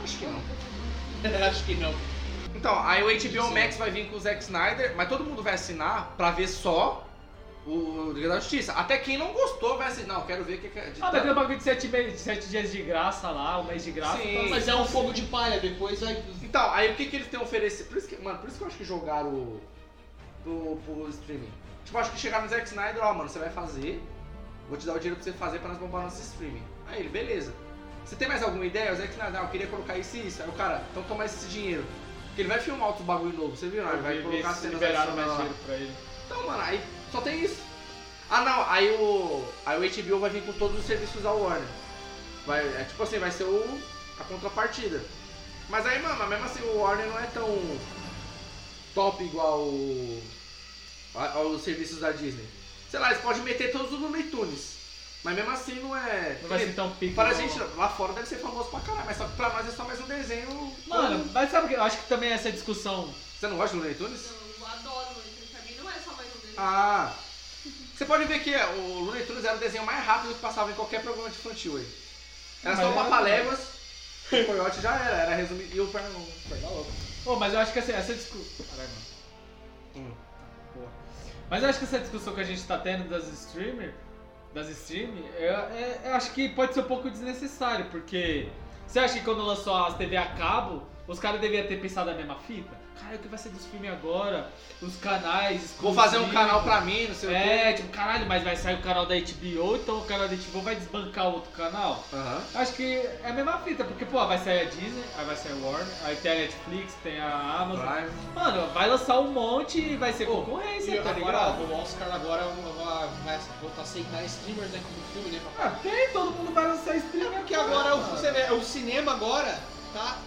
Speaker 1: Acho que não.
Speaker 4: Acho que não.
Speaker 1: Então, aí o HBO Max vai vir com o Zack Snyder, mas todo mundo vai assinar pra ver só o Liga da Justiça. Até quem não gostou vai assinar. Não, quero ver o que que é. de
Speaker 3: Ah, vai ter um
Speaker 1: tanto.
Speaker 3: bagulho de 7 dias de graça lá, um mês de graça.
Speaker 1: Sim.
Speaker 3: então-
Speaker 4: Mas é um fogo de palha, depois vai.
Speaker 1: Então, aí o que, que eles têm a oferecer? Por isso que, mano, por isso que eu acho que jogaram o- pro, pro streaming. Tipo, acho que chegaram no Zack Snyder, ó, mano, você vai fazer, vou te dar o dinheiro pra você fazer pra nós bombar nosso streaming. Aí ele, beleza. Você tem mais alguma ideia? O Zack Snyder, ah, eu queria colocar isso e isso. Aí o cara, então toma esse dinheiro. Porque ele vai filmar outro bagulho novo, você viu? né? Ele
Speaker 3: Eu
Speaker 1: vai
Speaker 3: vi- vi
Speaker 1: colocar
Speaker 3: se
Speaker 1: cenas
Speaker 3: liberaram mais
Speaker 1: adicionais lá.
Speaker 3: dinheiro pra ele.
Speaker 1: Então, mano, aí só tem isso. Ah, não, aí o, aí o HBO vai vir com todos os serviços da Warner. Vai, é tipo assim, vai ser o, a contrapartida. Mas aí, mano, mas mesmo assim o Warner não é tão top igual o- a- aos serviços da Disney. Sei lá, eles podem meter todos os Looney Tunes. Mas mesmo assim não é.
Speaker 3: Não vai ser tão pico.
Speaker 1: Para a
Speaker 3: não.
Speaker 1: gente, lá fora deve ser famoso pra caralho, mas só que pra nós é só mais um desenho.
Speaker 3: Mano, mas sabe o que? Eu acho que também essa discussão.
Speaker 1: Você não gosta de Looney Tunes?
Speaker 6: Eu adoro, mas pra mim não é só mais um desenho.
Speaker 1: Ah! Você pode ver que é, o Looney Tunes era o desenho mais rápido que passava em qualquer programa de infantil aí. Era
Speaker 3: Mas
Speaker 1: só o
Speaker 3: era-
Speaker 1: Papaléguas, o Coyote já era, era resumido. E o Pernalonga, o Pernalonga.
Speaker 3: Pô, mas eu acho que essa, essa discussão. Caralho, mano.
Speaker 1: Hum.
Speaker 3: Porra. Mas eu acho que essa discussão que a gente tá tendo das streamer, das stream, eu, é- eu acho que pode ser um pouco desnecessário, porque você acha que quando lançou as TV a cabo, os caras deviam ter pensado a mesma fita? Cara, o que vai ser dos filmes agora? Os canais.
Speaker 1: Vou fazer um
Speaker 3: exclusivos.
Speaker 1: canal pra mim, não sei o quê.
Speaker 3: É, tipo, caralho, mas vai sair o canal da HBO, então o canal da HBO vai desbancar o outro canal?
Speaker 1: Aham.
Speaker 3: Acho que é a mesma fita, porque, pô, vai sair a Disney, aí vai sair a Warner, aí tem a Netflix, tem a Amazon.
Speaker 1: Prime.
Speaker 3: Mano, vai lançar um monte e vai ser
Speaker 4: Pô,
Speaker 3: concorrência,
Speaker 4: E
Speaker 3: tá
Speaker 4: agora,
Speaker 3: ligado?
Speaker 4: o Oscar agora vai, vai, vai aceitar streamers né, como filme, né?
Speaker 3: Ah, tem, todo mundo vai lançar stream
Speaker 4: Porque
Speaker 3: é
Speaker 4: agora o, você vê, o cinema agora tá.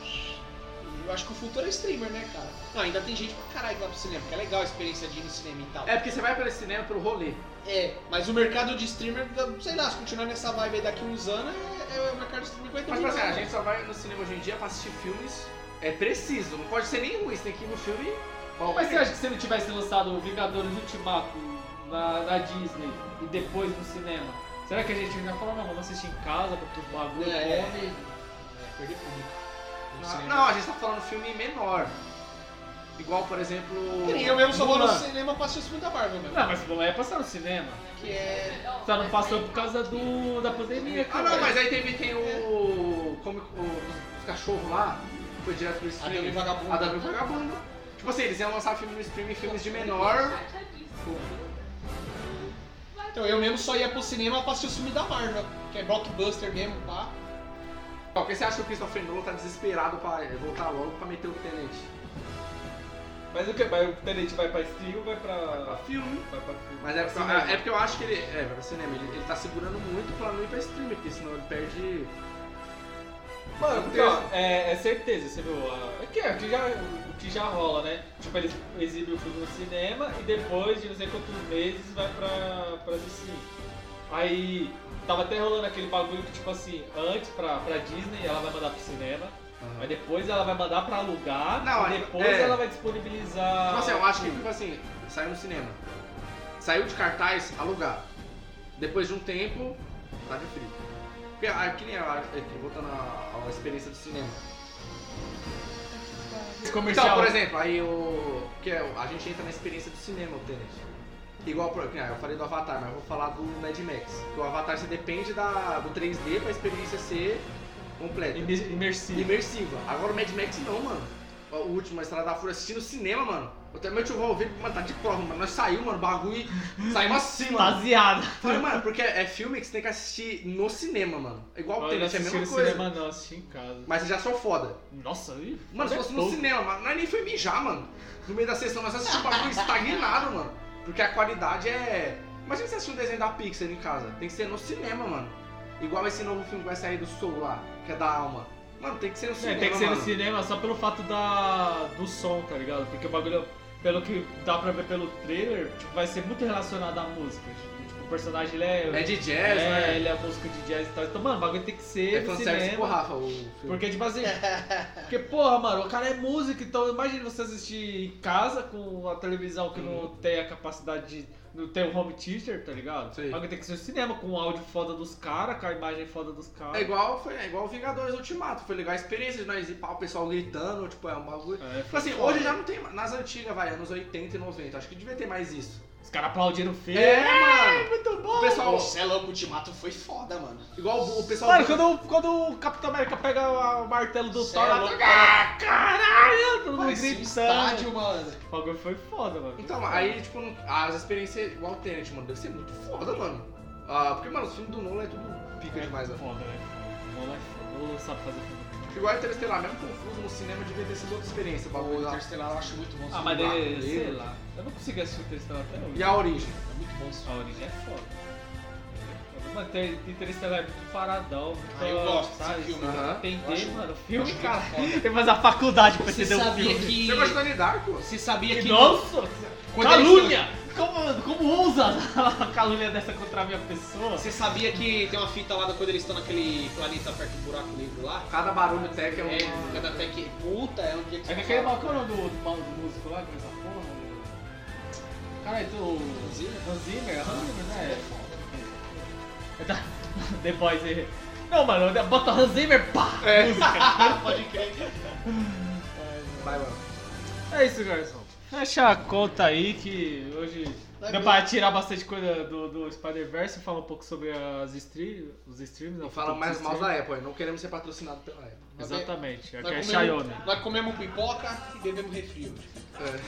Speaker 4: Eu acho que o futuro é streamer, né, cara? Não, ainda tem gente pra caralho que vai pro cinema, que é legal a experiência de ir no cinema e tal.
Speaker 1: É porque você vai pelo cinema, pelo rolê.
Speaker 4: É, mas o mercado de streamer, sei lá, se continuar nessa vibe aí daqui uns anos, é, é o mercado de streamer que vai
Speaker 1: Mas, tipo assim,
Speaker 4: dominar,
Speaker 1: a
Speaker 4: né?
Speaker 1: gente só vai no cinema hoje em dia pra assistir filmes. É preciso, não pode ser nem ruim, você tem que ir no filme. Bom,
Speaker 3: Mas você acha que se não tivesse lançado o Vingadores Ultimato na, na Disney e depois no cinema, será que a gente ainda fala, não, vamos assistir em casa porque os bagulho
Speaker 4: É, é.
Speaker 3: come?
Speaker 4: É, perder público. No
Speaker 1: Ah,
Speaker 4: cinema.
Speaker 1: Não, a gente tá falando filme menor. Igual, por exemplo.
Speaker 4: é Que nem eu mesmo só vou no
Speaker 1: Mulan.
Speaker 4: cinema pra assistir o filme da Marvel, meu.
Speaker 1: Ah,
Speaker 3: Não, mas não é passar no cinema.
Speaker 4: Que é.
Speaker 6: Melhor,
Speaker 3: Só não
Speaker 6: mas
Speaker 3: passou
Speaker 6: aí-
Speaker 3: por causa do, da pandemia,
Speaker 1: Ah
Speaker 3: cara.
Speaker 1: não, mas aí teve tem o. Como o, os cachorros lá, que foi direto pro
Speaker 4: A Dami
Speaker 1: streaming.
Speaker 4: Ah, um Vagabundo.
Speaker 1: A W Vagabundo. Tipo assim, eles iam lançar filme no streaming, filmes de menor.
Speaker 4: Então eu mesmo só ia pro cinema pra assistir o filme da Marvel, que é blockbuster mesmo, pá.
Speaker 1: Ó, porque você acha que o Christopher Nolan tá desesperado pra voltar logo pra meter o Tenet?
Speaker 3: Mas o que? Vai, o Tenente vai pra stream ou vai
Speaker 1: Pra
Speaker 3: pra.
Speaker 1: filme.
Speaker 3: Vai pra filme?
Speaker 1: Mas é porque,
Speaker 3: Cinema.
Speaker 1: é porque eu acho que ele. É, vai pra cinema. Ele, ele tá segurando muito pra não ir pra streaming, porque senão ele perde.
Speaker 3: Mano,
Speaker 4: Um
Speaker 3: porque
Speaker 4: terço.
Speaker 3: ó, é, é certeza, você viu? a- É que, é, o que já, o que já rola, né? Tipo, eles exibem o filme no cinema e depois de não sei quantos meses vai pra, pra Disney. Aí tava até rolando aquele bagulho que, tipo assim, antes pra, pra Disney ela vai mandar pro cinema, mas depois ela vai mandar pra alugar,
Speaker 1: Não,
Speaker 3: e
Speaker 1: é-
Speaker 3: depois
Speaker 1: é.
Speaker 3: ela vai disponibilizar.
Speaker 1: Tipo assim, eu acho que tipo assim, saiu no cinema. Saiu de cartaz, alugar. Depois de um tempo, tá de frio. Porque ah, que nem a, aqui, voltando à à experiência do cinema.
Speaker 3: Esse comercial.
Speaker 1: Então, por exemplo, aí o. Que é, o- a gente entra na experiência do cinema, o Tenet. Igual, por, que nem eu falei do Avatar, mas eu vou falar do Mad Max. Que o Avatar você depende da, do 3D pra experiência ser completa.
Speaker 3: imer- Imersivo.
Speaker 1: Imersiva. Agora o Mad Max não, mano. O último, a Estrada da Fúria, assistindo cinema, mano. Eu até meu tio Val veio, mano, tá de prova, mano. Nós saímos, mano, o bagulho e saímos assim, mano.
Speaker 3: Baseado.
Speaker 1: Falei, mano, porque é filme que você tem que assistir no cinema, mano. É Igual o
Speaker 3: Eu não
Speaker 1: Tenet, é a
Speaker 3: assisti no
Speaker 1: mesma coisa.
Speaker 3: cinema, não, assisti em casa.
Speaker 1: Mas já sou foda.
Speaker 3: Nossa, ih,
Speaker 1: Mano, se
Speaker 3: é
Speaker 1: fosse no
Speaker 3: pouco.
Speaker 1: cinema, mano, nós nem foi mijar, mano. No meio da sessão, nós assistimos um bagulho estagnado, mano. Porque a qualidade é. Imagina você assistir um desenho da Pixar em casa. Tem que ser no cinema, mano. Igual esse novo filme que vai sair do Soul lá, que é da alma. Mano, tem que ser no
Speaker 3: É,
Speaker 1: cinema.
Speaker 3: tem que ser no
Speaker 1: mano.
Speaker 3: cinema só pelo fato da, do som, tá ligado? Porque o bagulho, pelo que dá pra ver pelo trailer, tipo, vai ser muito relacionado à música. Tipo, o personagem ele é.
Speaker 1: É de jazz,
Speaker 3: é,
Speaker 1: né?
Speaker 3: ele é músico de jazz e tal. Então, mano, o bagulho tem que ser
Speaker 1: É
Speaker 3: no
Speaker 1: fanservice pro
Speaker 3: cinema.
Speaker 1: Rafa o filme.
Speaker 3: Porque, tipo assim. Porque, porra, mano, o cara é músico, então imagina você assistir em casa com a televisão que não tem a capacidade de. não tem o home theater, tá ligado?
Speaker 1: Sim.
Speaker 3: Mas tem que ser no cinema, com o áudio foda dos caras, com a imagem foda dos caras.
Speaker 1: É igual, foi, é igual Vingadores Ultimato, foi legal a experiência de nós ir pá, o pessoal gritando, tipo, é um bagulho.
Speaker 3: É,
Speaker 1: Tipo assim,
Speaker 3: foda.
Speaker 1: hoje já não tem. mais- Nas antigas, vai, anos 80 e 90, acho que devia ter mais isso. É,
Speaker 3: Os caras aplaudiram o filme.
Speaker 1: mano!
Speaker 3: É muito bom!
Speaker 1: O
Speaker 4: Pessoal,
Speaker 1: pessoal.
Speaker 4: você é louco, o Ultimato foi foda, mano.
Speaker 1: Igual o o pessoal.
Speaker 3: Mano, quando, quando o Capitão América pega a- o martelo do
Speaker 4: né? Cê
Speaker 3: Thor,
Speaker 4: é
Speaker 3: lá,
Speaker 4: louco,
Speaker 3: ah, caralho! Todo mundo
Speaker 4: Parecia um
Speaker 3: gritando.
Speaker 4: estádio, mano.
Speaker 3: O bagulho foi foda, mano.
Speaker 1: Então, aí, tipo, não- as experiências igual o Tenet, mano, deve ser muito foda, mano. Ah, porque, mano, os filmes do Nolan é tudo pica demais, né?
Speaker 3: Foda, né? Nolan é foda. Nolan sabe fazer filme.
Speaker 1: Igual Interestelar, mesmo confuso no cinema, devia ter sido outra experiência, o
Speaker 4: O
Speaker 1: bagulho lá.
Speaker 4: Interstellar eu acho muito bom.
Speaker 3: Ah,
Speaker 4: esse
Speaker 3: mas
Speaker 4: filme.
Speaker 3: daí,
Speaker 1: Baco,
Speaker 3: sei
Speaker 1: ele-
Speaker 3: lá. Eu não consigo assistir o Interestelar até hoje.
Speaker 1: E a origem?
Speaker 4: É muito bom esse
Speaker 3: A origem é foda. Mano, tem- tem Interestelar é muito paradão. Muito,
Speaker 4: Ah, eu gosto desse
Speaker 3: sabe,
Speaker 4: filme,
Speaker 1: mano.
Speaker 3: pra
Speaker 4: Eu
Speaker 3: Entender,
Speaker 4: acho-
Speaker 3: mano.
Speaker 4: eu
Speaker 3: Filme,
Speaker 4: acho
Speaker 3: cara.
Speaker 4: muito foda.
Speaker 3: Tem que fazer a faculdade pra
Speaker 4: Você
Speaker 3: entender o
Speaker 4: sabia
Speaker 3: filme.
Speaker 4: que...
Speaker 1: Você gostou de Darko?
Speaker 4: Você sabia que...
Speaker 3: Nossa!
Speaker 4: Quando
Speaker 3: calúnia! Como, como ousa a calúnia dessa contra a minha pessoa?
Speaker 4: Você sabia que tem uma fita lá da quando eles estão naquele planeta perto do buraco negro lá?
Speaker 1: Cada barulho técnico é um.
Speaker 4: É, cada até que. Puta, é um dia que.
Speaker 3: É que aquele balcão do, do, mal- do músico lá, com essa porra. Caralho, tu.
Speaker 4: Hans Zimmer?
Speaker 3: Hans Zimmer? Hans Zimmer, né? É da- The Boys aí. Não, mano, bota Hans Zimmer, pá! Música.
Speaker 4: Pode crer.
Speaker 1: Vai, mano.
Speaker 3: é isso, garçom. Fecha a conta aí que hoje
Speaker 4: Vai
Speaker 3: deu
Speaker 4: ver.
Speaker 3: pra tirar bastante coisa do, do Spider-Verse, falar um pouco sobre as stream, os streams. né?
Speaker 1: Não
Speaker 3: não,
Speaker 1: fala mais
Speaker 3: os
Speaker 1: mal
Speaker 3: streams.
Speaker 1: da Apple, aí, não queremos ser patrocinados pela Apple.
Speaker 3: Exatamente, aqui é
Speaker 4: Nós
Speaker 3: Chayona.
Speaker 4: comemos, nós comemos pipoca e bebemos refri.
Speaker 1: É.